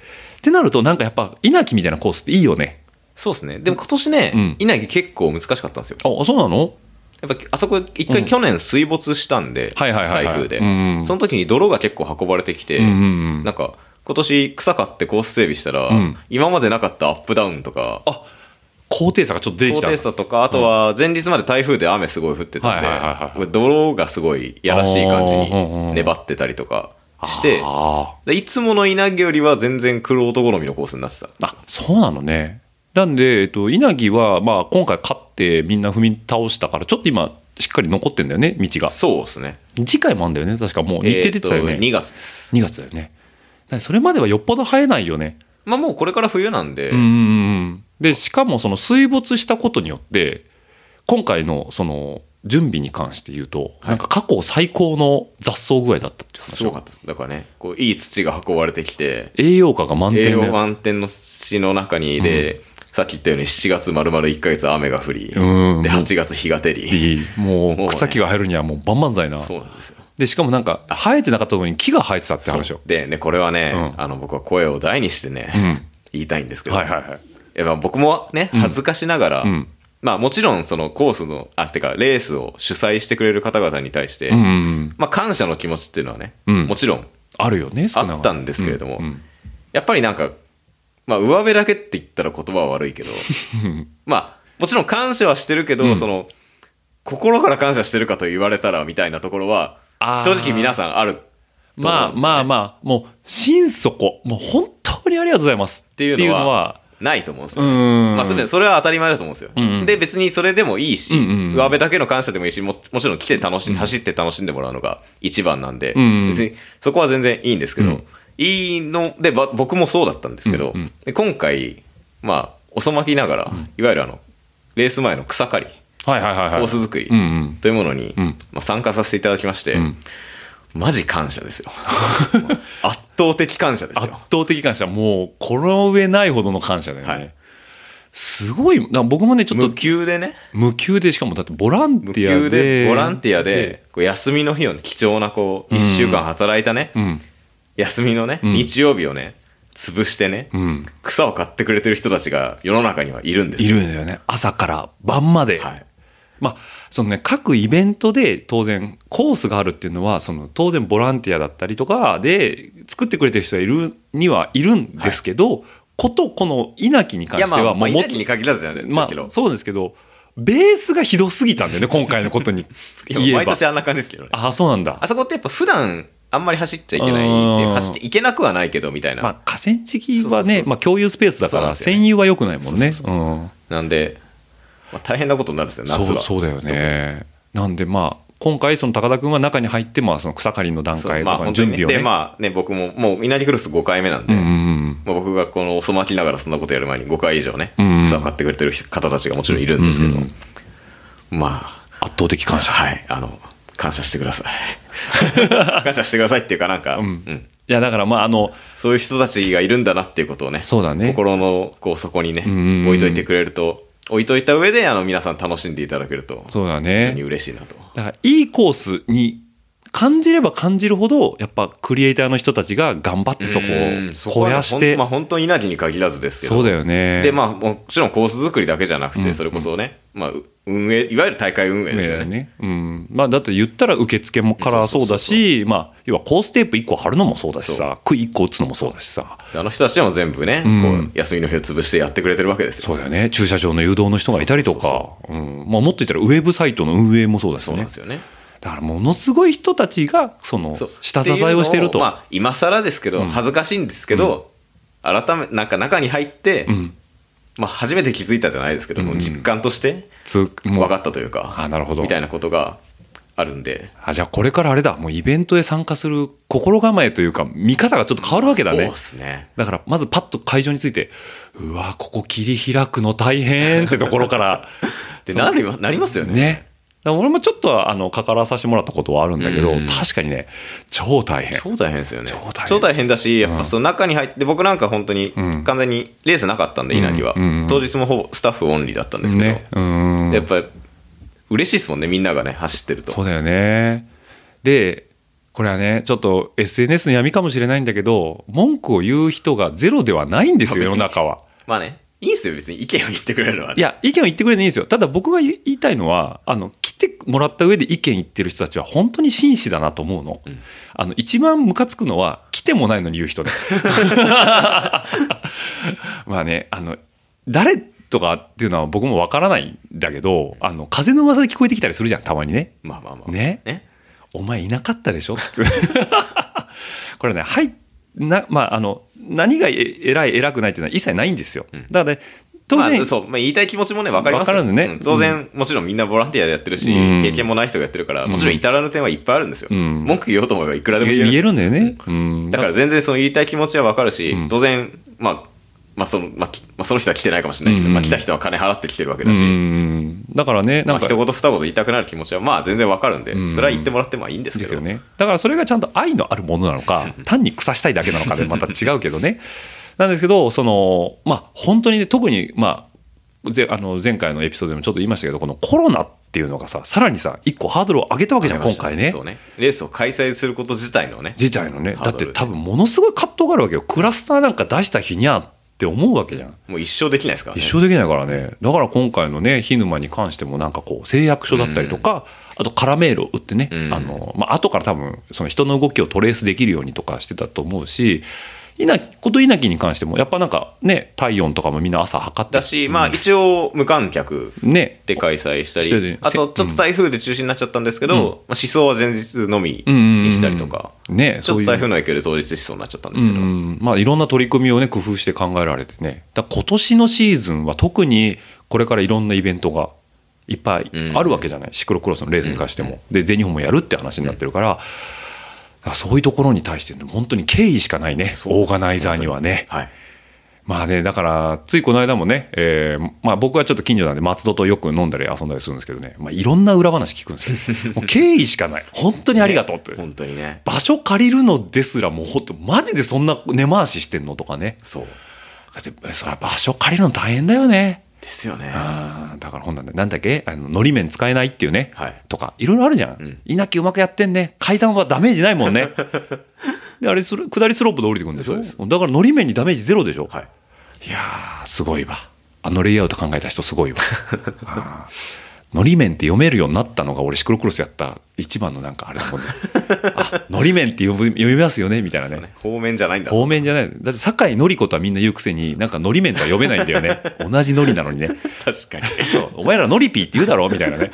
S1: てなると、なんかやっぱ、稲城みたいなコースっていいよね。
S2: そうですね。でも今年ね、
S1: うん
S2: 稲城結構難しかったんですよ。
S1: あ、そうなの
S2: やっぱあそこ一回去年水没したんで、
S1: はいはいはいはい
S2: 台風で、
S1: うんうん
S2: その時に泥が結構運ばれてきて、
S1: うんうんうん
S2: なんか今年草買ってコース整備したら、
S1: ん
S2: 今までなかったアップダウンとか、
S1: あ、高低差がちょっと出て
S2: 高
S1: きた。
S2: 低差とか、あとは前日まで台風で雨すごい降ってたんで、
S1: はいはいはいはい
S2: これ泥がすごいやらしい感じ
S1: あーうんうん
S2: に粘ってたりとかして、
S1: あ
S2: でいつもの稲城よりは全然クロー好みのコースになってた。
S1: ーあ、そうなのね。なんで、えっと、稲城は、まあ、今回勝ってみんな踏み倒したから、ちょっと今、しっかり残ってんだよね、道が。
S2: そうですね。
S1: 次回もあんだよね、確かもう日程出てたよね。
S2: えーと2月です。
S1: 2月だよね。だからそれまではよっぽど生えないよね。
S2: まあもうこれから冬なんで、
S1: うんうんうん。で、しかもその水没したことによって、今回のその準備に関して言うと、なんか過去最高の雑草具合だったっていう
S2: す
S1: 話
S2: ごかったですだからね、こういい土が運ばれてきて、
S1: 栄養価が満点
S2: 栄
S1: で。
S2: 養満点の土の中に、で、さっき言ったように7月丸々1ヶ月雨が降り、
S1: うん
S2: で、8月日が照り。
S1: いいもう
S2: もう
S1: 草木が生えるにはもう万々歳な。
S2: そうなんですよ。
S1: で、しかもなんか生えてなかったのに木が生えてたって話を。
S2: でね、これはね、
S1: うん
S2: あの、僕は声を大にしてね、
S1: ん
S2: 言いたいんですけど、
S1: はいはいはい。
S2: やまあ僕もね、恥ずかしながら、
S1: ん
S2: まあもちろんそのコースの、あ、てかレースを主催してくれる方々に対して、
S1: うんうんうん。
S2: まあ感謝の気持ちっていうのはね、
S1: うん
S2: もちろん
S1: あるよね、少なから
S2: あったんですけれども、
S1: うんうん
S2: やっぱりなんか、まあ、上辺だけって言ったら言葉は悪いけど、まあ、もちろん感謝はしてるけど、その、心から感謝してるかと言われたらみたいなところは
S1: あー、
S2: 正直皆さんあると思
S1: ま
S2: う
S1: あ
S2: んですよね
S1: まあまあ、もう心底、もう本当にありがとうございますっ
S2: ってて
S1: い
S2: いう
S1: の
S2: うの
S1: は
S2: は、ないと思うんです
S1: う
S2: よ。
S1: ん
S2: まあ、それそれは当たり前だと思うんですよ。で、別にそれでもいいし、
S1: うんうんうん
S2: 上辺だけの感謝でもいいし、ももちろん来て楽しん、走って楽しんでもらうのが一番なんで、
S1: んうん
S2: 別にそこは全然いいんですけど、
S1: うん
S2: いいの、で、ば僕もそうだったんですけど、で今回、まあ、遅まきながら、いわゆるあの、レース前の草刈り、
S1: はいはいはいはい。
S2: コース作り
S1: うんうん。
S2: というものに、
S1: ん
S2: まあ、参加させていただきまして、
S1: ん
S2: マジ感謝ですよ。 [laughs] もう圧倒的感謝です
S1: 圧
S2: よ。
S1: 倒的感謝。もう、この上ないほどの感謝だよね。
S2: はい
S1: すごい、だから僕もね、ちょっと
S2: 無給でね
S1: 無給で、しかもだってボランティ
S2: 無
S1: アで。
S2: 給でボランティアでこう休みの日をね貴重なこう1週間働いたね、
S1: ん
S2: 休みのね、日曜日をね潰してね、
S1: ん
S2: 草を買ってくれてる人たちが世の中にはいるんです
S1: い
S2: よ
S1: るんだよね。朝から晩まで。
S2: はい
S1: まあ、そのね、各イベントで当然コースがあるっていうのは、その当然ボランティアだったりとかで作ってくれてる人はいるにはいるんですけど、ことこの稲城に関
S2: いや
S1: して
S2: ま
S1: は
S2: あ、ま
S1: も
S2: あ、稲
S1: っと
S2: 城に限らずじゃないで
S1: ます
S2: けど、
S1: あ、そうですけど、ベースがひどすぎたんだよね、
S2: [laughs]
S1: 今回のことに
S2: いや
S1: 言え
S2: 毎
S1: ば。
S2: 年あんな感じですけどね
S1: ああ、そうなんだ。
S2: あそこってやっぱ普段あんまり走っちゃいけないっ
S1: うん
S2: て走っていけなくはないけどみたいな、
S1: まあ、河川敷は
S2: そうそうそう
S1: ね
S2: そ、う
S1: まあ、共有スペースだか
S2: そうなん
S1: ら、
S2: ですよね
S1: 占有は良くないもんね。うん
S2: なんで、まあ、大変なことになるんですよ夏は
S1: そうそうだよねなんでまあ今回その高田君は中に入ってまあその草刈りの段
S2: そう
S1: 階と
S2: まあ
S1: かの
S2: 本当
S1: 準
S2: にね
S1: 備をね
S2: でまあね僕ももう稲荷クロス5回目なんで、
S1: うんうん
S2: まあ、僕がこの遅まきながらそんなことやる前に5回以上ね、
S1: んうん
S2: 草を買ってくれてる方たちがもちろんいるんですけど、まあ
S1: 圧倒的感謝
S2: はいあの感謝してくだ
S1: [laughs]
S2: さい感謝してくださいっていうかなんか、うん
S1: いやだからまああの
S2: そういう人たちがいるんだなっていうことをね
S1: そうだね
S2: 心のこう底にね、
S1: んうん
S2: 置いといてくれると置いといた上であの皆さん楽しんでいただけると
S1: そうだ
S2: 非常に
S1: ね
S2: 嬉しいなと。
S1: だからいいコースに感じれば感じるほどやっぱクリエイターの人たちが頑張ってそこ
S2: うんそこ
S1: を
S2: は
S1: 肥やして
S2: ほんまあ、本当に稲荷に限らずですけど
S1: そうだよね
S2: でまあもちろんコース作りだけじゃなくてそれこそね、まあ、う運営いわゆる大会運営ですよね
S1: ねうんまあ、だって言ったら受付もからそうだしまあ要はコーステープ1個貼るのもそうだしさ杭1個打つのもそうだしさ
S2: あの人たちはもう全部ね、
S1: ん
S2: こう休みの日を潰してやってくれてるわけですよ
S1: そうだよね。駐車場の誘導の人がいたりとか
S2: そ、
S1: うんまあ、もっと言ったらウェブサイトの運営もそうだし
S2: そうなん
S1: ね
S2: です。よね
S1: だからものすごい人たちが、その
S2: そう、
S1: 下支えをしてる
S2: って
S1: と。
S2: いうのまあ、今更ですけど、恥ずかしいんですけど、改めなんか中に入って、
S1: ん
S2: まあ、初めて気づいたじゃないですけど、実感として
S1: つも
S2: 分
S1: う
S2: かったというか、
S1: あなるほど
S2: みたいなことがあるんで
S1: あ、じゃあこれからあれだ、もうイベントへ参加する心構えというか、見方がちょっと変わるわけだ
S2: そう
S1: ね
S2: で。すね
S1: だから、まずパッと会場について、うわ、ここ切り開くの大変ってところ
S2: [laughs]
S1: から、
S2: ってなるなりますよね
S1: ね。だから俺もちょっとは、あの、関わらさせてもらったことはあるんだけど、
S2: うん
S1: 確かにね、超大変。
S2: 超大変ですよね
S1: 超大変
S2: だしやっぱその中に入って僕なんか本当に
S1: ん
S2: 完全にレースなかったんで稲城は
S1: うんうんうん
S2: 当日もほぼスタッフオンリーだったんですけど、
S1: ね。うん。
S2: やっぱり嬉しいですもんねみんながね走ってると
S1: そうだよね。で、これはね、ちょっと SNS の闇かもしれないんだけど、文句を言う人がゼロではないんですよ、世
S2: まあ
S1: の
S2: 別に
S1: 中は。
S2: まあねいいんすよ別に意見を言ってくれるのはね
S1: いや、意見を言ってくれていいんですよ。ただ僕が言いたいのは、あの、来てもらった上で意見言ってる人たちは本当に紳士だなと思うの。あの、一番ムカつくのは、来てもないのに言う [laughs] 人ね。まあね、あの、誰とかっていうのは僕もわからないんだけど、あの、風の噂で聞こえてきたりするじゃん、たまにね。
S2: まあまあまあ
S1: ねお前いなかったでし [laughs] ょってこれね、はい、な、まあ、あの、何がえ偉い、偉くないっていうのは一切ないんですよ。だからね、当然、
S2: まあ、そう、まあ、言いたい気持ちもね分かりますよ
S1: わかるんでね
S2: う当然もちろんみんなボランティアでやってるし、
S1: うん
S2: 経験もない人がやってるからもちろん至らぬ点はいっぱいあるんですよ、
S1: ん
S2: 文句言おうと思えばいくらでも言えるんで
S1: 言える
S2: すよ
S1: んだよね。うん
S2: だから全然その言いたい気持ちはわかるし、
S1: ん
S2: 当然、まあ、まあその、まあ、きまあ、その人は来てないかもしれないけど、
S1: うん
S2: まあ来た人は金払ってきてるわけだ
S1: う
S2: し、
S1: ん。だからね、
S2: ま
S1: な
S2: あ
S1: んか、
S2: 一言二言言いたくなる気持ちはまあ全然わかるんで、
S1: ん
S2: それは言ってもらってもいいんですけ
S1: です
S2: ど、
S1: よね。だからそれがちゃんと愛のあるものなの
S2: [laughs]
S1: か、単に腐したいだけなのかでまた違うけどね。 [laughs] なんですけど、その、まあ本当にね、特に、まあ、ぜあの前回のエピソードでもちょっと言いましたけど、このコロナっていうのがさ、さらにさ、一個ハードルを上げたわけじゃん、今回ね。
S2: そうね。レースを開催すること自体のね、
S1: 自体のね、
S2: ハ
S1: だっ
S2: ード
S1: て
S2: ルです
S1: 多分ものすごい葛藤があるわけよ。クラスターなんか出した日にゃって思うわけじゃん。
S2: もう一生できないですからね。
S1: 一生できないからね。だから今回のね、ヒヌマに関してもなんかこう、誓約書だったりとか、あとカラメールを売ってね、
S2: うん
S1: あの、まあ、後から多分、その人の動きをトレースできるようにとかしてたと思うし、稲城こと稲城に関しても、やっぱなんかね、体温とかもみんな朝測って
S2: だ、し、まあ一応無観客
S1: ね、
S2: で開催した
S1: してる
S2: り、あとちょっと台風で中止になっちゃったんですけど、まあ思想は前日のみにしたりとか、
S1: ね、
S2: ちょっ
S1: そ
S2: と
S1: うい
S2: 台
S1: う
S2: 風の影響で当日思想になっちゃったんですけど、
S1: うんまあ、いろんな取り組みをね工夫して考えられてねだから今年のシーズンは特にこれからいろんなイベントがいっぱいあるわけじゃない、シクロクロスのレースに関しても、で全日本もやるって話になってるから,、そういうところに対してね本当に敬意しかないねオーガナイザーにはね。
S2: はい。
S1: まあね、だから、ついこの間もね、えーまあ僕はちょっと近所なんで、松戸とよく飲んだり遊んだりするんですけどね、まあいろんな裏話聞くんですよ。もう敬意しかない。本当にありがとうって。
S2: [laughs] 本当にね。
S1: 場所借りるのですらもうほんとマジでそんな根回ししてんのとかね
S2: そう。
S1: だって、それは場所借りるの大変だよね。
S2: ですよね。
S1: あーだから本なんで、なんだっけあの、のり面使えないっていうね。
S2: はい
S1: とか、いろいろあるじゃん。
S2: ん
S1: 稲木うまくやってんね。階段はダメージないも
S2: [laughs]
S1: んね。で、あれする、下りスロープで降りてくるんでしょ
S2: そうです
S1: だからのり面にダメージゼロでしょ、
S2: はい。
S1: いやー、すごいわ。あのレイアウト考えた人すごいわ。あーのり面って読めるようになったのが俺シクロクロスやった一番のなんかあれだもん
S2: [laughs]
S1: ね。あ、のり面って読む読みますよねみたいな
S2: そう
S1: ね。
S2: ね。方面じゃないんだ。
S1: 方面じゃない。だって酒井のり子とはみんな言うくせになんかのり面とは読めないんだよね。同じのりなのにね。
S2: 確かに。
S1: そうお前らノリピーって言うだろみたいなね。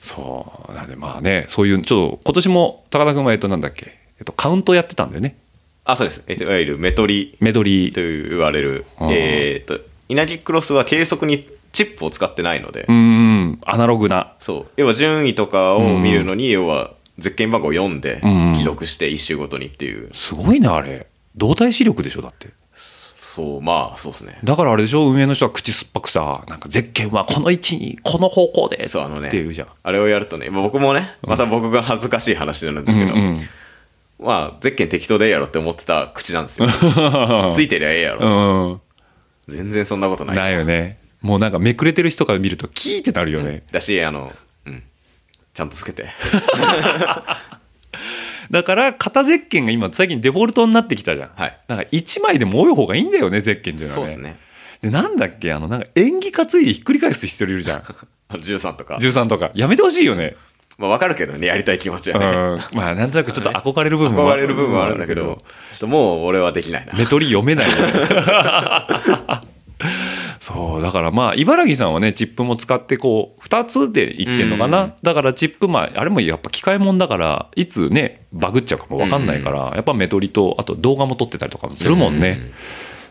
S1: そう。なんでまあね、そういう、ちょっと今年も高田君はえっとなんだっけ、えっとカウントやってたんだよね。
S2: あ、そうです。えいわゆるメトリ
S1: メドリ
S2: と
S1: ー。
S2: 言われる
S1: あー。
S2: えっと、稲城クロスは計測にチップを使ってないので
S1: う、ーん、アナログな。
S2: そう。要は順位とかを見るのに、要は、ゼッケン番号読んで
S1: うん、
S2: 記録して一周ごとにっていう。
S1: すごいね、あれ。動体視力でしょ、だって。
S2: そう、まあ、そうですね。
S1: だからあれでしょ、運営の人は口酸っぱくさ、なんか、ゼッケンはこの位置に、この方向で、
S2: そう、あのね
S1: っていうじゃん。、
S2: あれをやるとね、まあ僕もね、また僕が恥ずかしい話になるんですけど
S1: うんうん、
S2: まあ、ゼッケン適当でええやろって思ってた口なん
S1: [laughs]
S2: ですよ。ついてりゃええやろ。
S1: うん。
S2: 全然そんなことない。
S1: ないよね。もうなんか、めくれてる人から見ると、キーってなるよね。
S2: だし、あの、うん。ちゃんとつけて。
S1: だから、型ゼッケンが今、最近デフォルトになってきたじゃん。
S2: はい
S1: なんか、1枚でも多い方がいいんだよね、ゼッケンっていうのは
S2: そう
S1: ね。
S2: です
S1: で、
S2: ね。
S1: なんだっけ、あの、なんか、縁起担いでひっくり返す人いる
S2: [laughs]
S1: じゃん。
S2: 13とか。
S1: 13とか。やめてほしいよね。
S2: まあ、わかるけどね、 [laughs] やりたい気持ち
S1: うん。
S2: はね。
S1: まあ、なんとなく
S2: [laughs]
S1: ちょっと憧れる部分
S2: 憧れる部分はあるんだけど、ちょっともう俺はできないな。
S1: メトリ読めないよねそうだからまあ茨城さんはねチップも使ってこう2つでいってんのかな、
S2: うん
S1: だからチップまああれもやっぱ機械もんだからいつねバグっちゃうかも分かんないから、やっぱメトリとあと動画も撮ってたりとかもするもんね、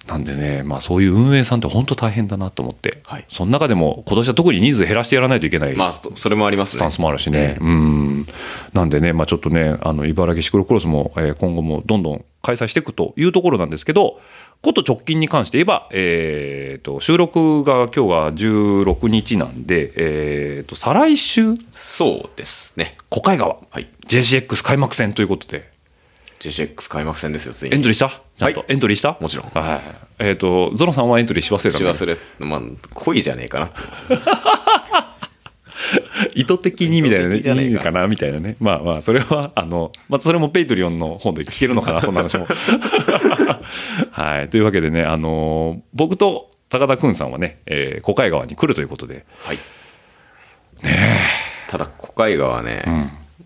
S1: なんでねまあそういう運営さんって本当大変だなと思って、
S2: はい
S1: その中でも今年は特に人数減らしてやらないといけない
S2: まあ、そそれもあります
S1: ス
S2: ね。
S1: タンスもあるしね、うん、なんでね、まあ、ちょっとね、あの茨城シクロクロスも、えー今後もどんどん開催していくというところなんですけど、こと直近に関して言えば、えー、と収録が今日が16日なんで、えー、と再来週、
S2: そうですね。
S1: 小海川、
S2: はい。
S1: JCX 開幕戦ということで、
S2: JCX 開幕戦ですよ、つい
S1: エン
S2: に。
S1: トリーしたちゃんと、
S2: はい
S1: エントリーした
S2: もちろん
S1: はいえー、とゾノさんはエントリーし忘れた
S2: し
S1: の
S2: 忘れ、まあ、恋じゃねえかな。
S1: 意図的にみたいなね、
S2: 意図的じゃねえか
S1: いいのかなみたいなね。まあまあ、それは、あの、まあ、それもペイトリオンの本で聞けるのかな、そんな話 [laughs] も。はい。というわけでね、あのー僕と高田くんさんはね、えー、小海川に来るということで、
S2: はい。ねただ、小海川はね、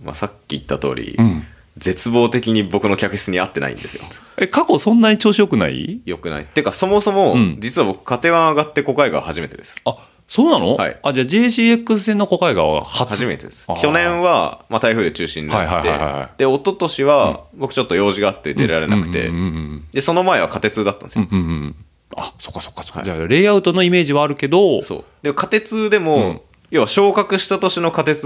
S2: まあ、さっき言った通り、
S1: ん
S2: 絶望的に僕の客室に合ってないんですよ。
S1: え、過去そんなに調子良くない
S2: よくない。てか、そもそも、
S1: ん
S2: 実は僕、家庭は上がって小海川初めてです。
S1: あ、そうなの、
S2: はい
S1: あ、じゃあ JCX 戦の小海川は初。
S2: 初めてです
S1: あー
S2: 去年は、まあ、台風で中止になっ
S1: はいはいはいはい
S2: てで一昨年は僕ちょっと用事があって出られなくて
S1: うんうんうん
S2: でその前は家鉄だったんですよ、
S1: うんうん。あ、そっかそっかそっか。じゃあ、レイアウトのイメージはあるけど、
S2: そうで家鉄でも、要は昇格した年の家鉄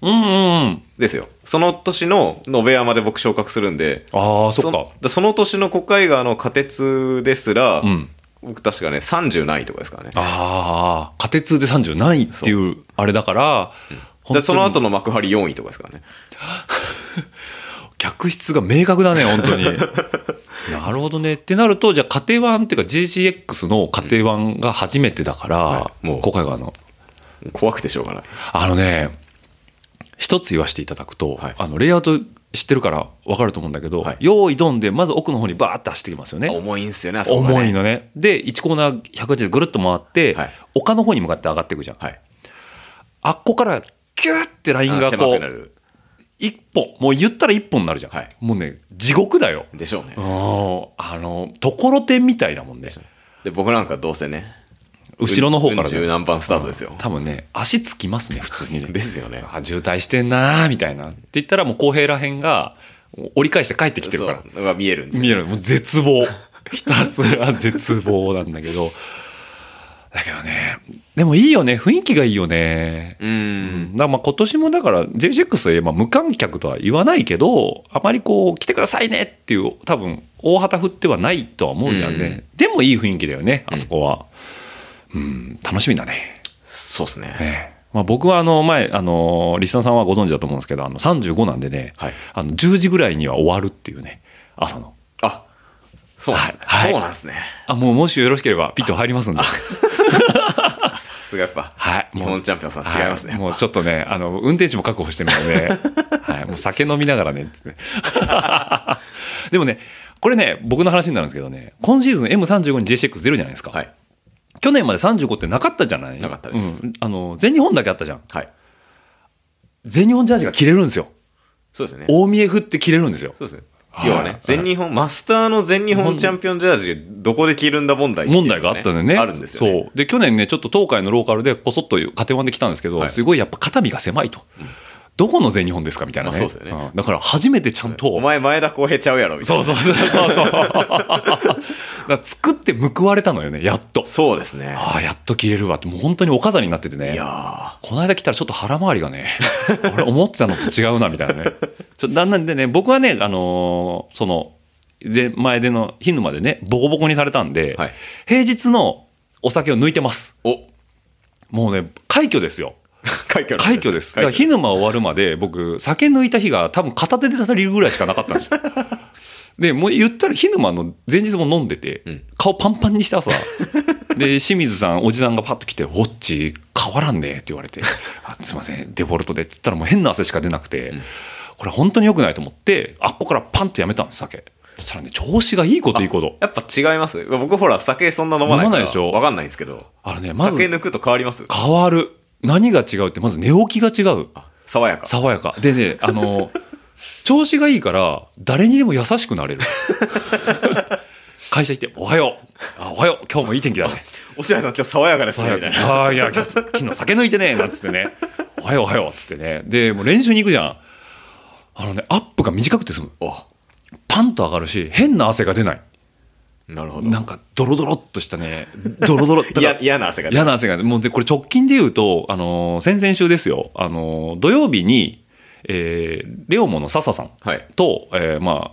S1: う。うんうんうん。
S2: ですよその年の延山で僕昇格するんで
S1: ああ、そっか。
S2: そその年の国会側の家鉄ですら、
S1: ん
S2: 僕確かね30何位とかですからね
S1: ああ、仮鉄で30何位っていう、あれだから、本当
S2: で
S1: に
S2: その後の幕張4位とかですからね
S1: 客室が明確
S2: [laughs]
S1: だね、本当に。なるほどね。ってなると、じゃあ家庭版っていうか JCX の家庭版が初めてだから、
S2: いもう
S1: 今回があの、
S2: 怖くてしょうがない
S1: あのね、一つ言わせていただくと、
S2: はい
S1: あの、レイアウト知ってるから分かると思うんだけど、
S2: はい
S1: 用意どんで、まず奥の方にバーって走ってきますよね。
S2: 重いんすよねあそこがね
S1: 重いのね。で、1コーナー180でぐるっと回って、
S2: はい
S1: 丘の方に向かって上がっていくじゃん。
S2: はい
S1: あっこから、キューってライン
S2: あ
S1: が
S2: 狭
S1: こ
S2: く
S1: う
S2: な、る
S1: 一本もう言ったら一本になるじゃん、
S2: はい
S1: もうね地獄だよ
S2: でしょうね
S1: うんあのところてんみたいだもんね
S2: で僕なんかどうせね
S1: 後ろの方から
S2: 十、
S1: ね
S2: 何番スタートですよ
S1: 多分ね足つきますね普通にね
S2: ですよね
S1: あ渋滞してんなーみたいなって言ったらもう公平らへんが折り返して帰ってきてるから
S2: そうのが見えるんですよ
S1: 見えるもう絶望ひたすら絶望なんだけどだけどねでもいいよね雰囲気がいいよね
S2: うーん
S1: だからまあ今年もだから JCX といえば無観客とは言わないけどあまりこう来てくださいねっていう多分大旗振ってはないとは思うじゃんね、でもいい雰囲気だよねあそこはうん、楽しみだね
S2: そうですね
S1: ねまあ、僕はあの前あのリスナーさんはご存知だと思うんですけどあの35なんでね、
S2: はい
S1: あの10時ぐらいには終わるっていうね朝の
S2: あそうなんですね。
S1: はい
S2: そうなんですね。
S1: あ、もうもしよろしければ、ピット入りますんで。
S2: あさすがやっぱ、
S1: はい。
S2: 日
S1: もう
S2: 本チャンピオンさん違いますね。
S1: はもうちょっとね、あの、運転手も確保してるの
S2: [laughs]
S1: で、はい。もう酒飲みながらね、つって。 [laughs] でもね、これね、僕の話になるんですけどね、今シーズン M35 に JCX 出るじゃないですか。
S2: はい。
S1: 去年まで35ってなかったじゃない
S2: なかったです
S1: うんあの、全日本だけあったじゃん。
S2: はい。
S1: 全日本ジャージが着れるんですよ。
S2: そうですね。
S1: 大見え振って着れるんですよ。
S2: そうですね。
S1: はい
S2: 要はね、全日本、マスターの全日本チャンピオンジャージ、どこで着るんだ問題っていう
S1: 問
S2: の
S1: 題があったんでね。
S2: あるんですよね。
S1: そう。で、去年ね、ちょっと東海のローカルでこそっとカテワンで来たんですけど、
S2: はい
S1: すごいやっぱ肩身が狭いと。どこの全日本ですかみたいなね。
S2: まあそうですよね
S1: んだから初めてちゃんと。
S2: お前、前田浩平ちゃうやろ、みたい
S1: そ
S2: な。
S1: うそうそうそうそう。だから作って報われたのよね、やっと。
S2: そうですね。
S1: ああ、やっと着れるわって、もう本当にお飾りになっててね。
S2: いや
S1: この間来たらちょっと腹回りがね、 [laughs] 俺思ってたのと違うな、みたいなね。ちょだんだんでね、僕はね、あのーその、で、前での、ヒヌまでね、ボコボコにされたんで、
S2: はい
S1: 平日のお酒を抜いてます。
S2: ー。お、
S1: もうね、快挙ですよ。
S2: 快挙なん
S1: 快挙です。だから、
S2: 快挙
S1: ヒヌマ終わるまで、僕、酒抜いた日が多分片手で足りるぐらいしかなかったんです [laughs] よ。で、もう言ったら、ヒヌマの前日も飲んでて、
S2: ん
S1: 顔パンパンにして [laughs] 朝、で、清水さん、おじさんがパッと来て、ウォッチ変わらんねって言 [laughs] われて、あすいません、デフォルトでって言ったらもう変な汗しか出なくて、これ本当に良くないと思って、あっこからパンとやめたんです、酒。そしたらね、調子がいいこといいこと。
S2: やっぱ違います僕ほら、酒そんな飲まないから。
S1: 飲まないでしょ
S2: わかんないんですけど。
S1: あのね、まず
S2: 酒抜くと変わります
S1: 変わる。何が違うって、まず寝起きが違う。
S2: 爽やか。
S1: 爽やかでねあの [laughs] 調子がいいから誰にでも優しくなれる [laughs] 会社行って「おはようあおはよう今日もいい天気だね」
S2: おしらさん今日爽やかです
S1: おは
S2: ね、
S1: よう
S2: みたいな。
S1: ああいや今日昨日酒抜いてね」なんつってね「おはようおはよう」っつってねでもう練習に行くじゃんあのねアップが短くて済む
S2: お、
S1: パンと上がるし変な汗が出ない
S2: なるほど。
S1: なんかドロドロっとしたねドロドロだか
S2: い
S1: ら
S2: や [laughs] 嫌な汗が出る
S1: 嫌な汗が出るもうで、これ直近で言うと、あのー先々週ですよ、あのー土曜日に、えーレオモの笹さん
S2: はい
S1: と、えーまあ、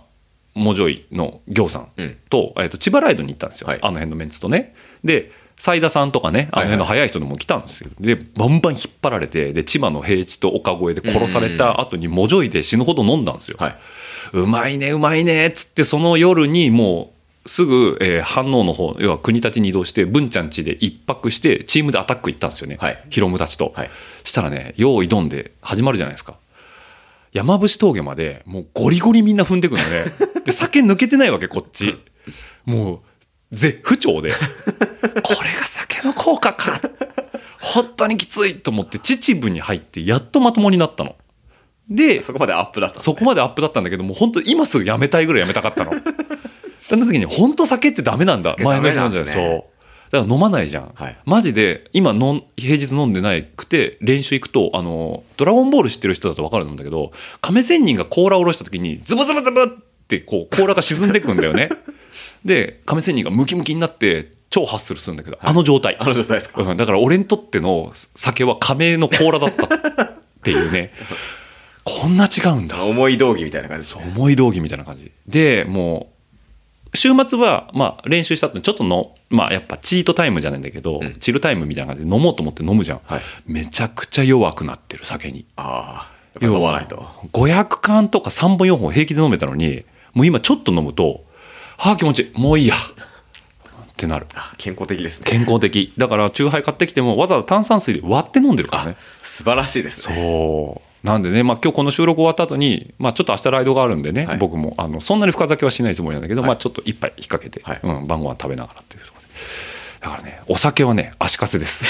S1: モジョイの行さん
S2: うん
S1: と、えっ、と、千葉ライドに行ったんですよ。
S2: はい
S1: あの辺のメンツとね。で、斉田さんとかね、あの辺の早い人でも来たんですよ。で、バンバン引っ張られて、で、千葉の平地と岡越えで殺された後に、モジョイで死ぬほど飲んだんですよ。
S2: はい。
S1: うまいねうまいねっつってその夜にもうすぐ、えー、反応の方要は国立に移動して文ちゃん家で一泊してチームでアタック行ったんですよね、
S2: はい
S1: ヒロムたちと、
S2: はい
S1: したらね用意どんで始まるじゃないですか山伏峠までもうゴリゴリみんな踏んでく
S2: [laughs]
S1: のねで酒抜けてないわけこっちもう絶不調
S2: [laughs]
S1: でこれが酒の効果か本当にきついと思って秩父に入ってやっとまともになったので
S2: そこまでアップだったんです
S1: そ
S2: ね。
S1: こまでアップだったんだけど、もう本当今すぐやめたいぐらいやめたかった
S2: [laughs]
S1: の。そんな時に、本当酒ってダメなんだ。
S2: 酒
S1: 前
S2: ダ
S1: の
S2: メ
S1: 日
S2: な
S1: 飲ん
S2: ん
S1: じ
S2: す
S1: ゃ
S2: ね
S1: う。そう。だから飲まないじゃん。
S2: はい
S1: マジで、今のん、平日飲んでないくて、練習行くと、あの、ドラゴンボール知ってる人だと分かるんだけど、亀仙人が甲羅を下ろした時に、ズブズブズブって、こう、甲羅が沈んでくんだよ
S2: [laughs]
S1: ね。で、亀仙人がムキムキになって、超ハッスルするんだけど、あの状態。
S2: あの状態ですか。
S1: うん、だから俺にとっての酒は亀の甲羅だったっていう
S2: [laughs]
S1: ねこんな違うんだ
S2: 思い道義みたいな感じですね。
S1: 思い道義みたいな感じでもう週末はまあ練習した後ちょっとのまあやっぱチートタイムじゃないんだけど、チルタイムみたいな感じで飲もうと思って飲むじゃん、
S2: はい
S1: めちゃくちゃ弱くなってる酒に
S2: ああ、やっぱ飲まないと。
S1: 500缶とか3本4本平気で飲めたのにもう今ちょっと飲むとはあ気持ちいいもういいやってなる
S2: あ健康的ですね。
S1: 健康的だからチューハイ買ってきてもわざわざ炭酸水で割って飲んでるからね
S2: 素晴らしいですね。
S1: そうなんでね、まあ、今日この収録終わった後に、まあちょっと明日ライドがあるんでね、
S2: はい
S1: 僕もあのそんなに深酒はしないつもりなんだけど、まあちょっと一杯引っ掛けて、
S2: はい
S1: うん、晩ご飯食べながらっていうところでだからねお酒はね足かせです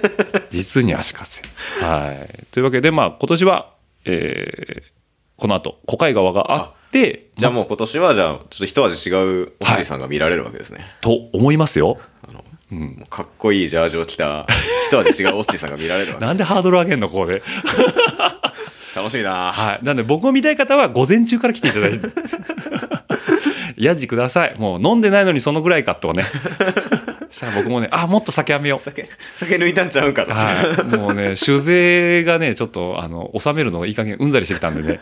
S2: [laughs]
S1: 実に足かせ、はい、というわけで、まあ、今年は、えーこの後小海川があって
S2: じゃあもう今年は、じゃあ、ちょっと一味違うおじいさんが見られるわけですね。
S1: と思いますよ
S2: もうかっこいいジャージを
S1: [laughs]
S2: 着た、一味違うオッチーさんが見られるわけ
S1: なんでハードル上げんのここで。
S2: 楽しみだな
S1: はい。なんで僕を見たい方は午前中から来ていただいて。 [laughs] やじください。もう飲んでないのにそのぐらいかとね。 [laughs] したら僕もね、あ、もっと酒やめよう。
S2: 酒、酒抜いたんちゃうんかと。
S1: はい。もうね、酒税がね、ちょっと、あの、収めるのがいい加減うんざりしてきたんでね。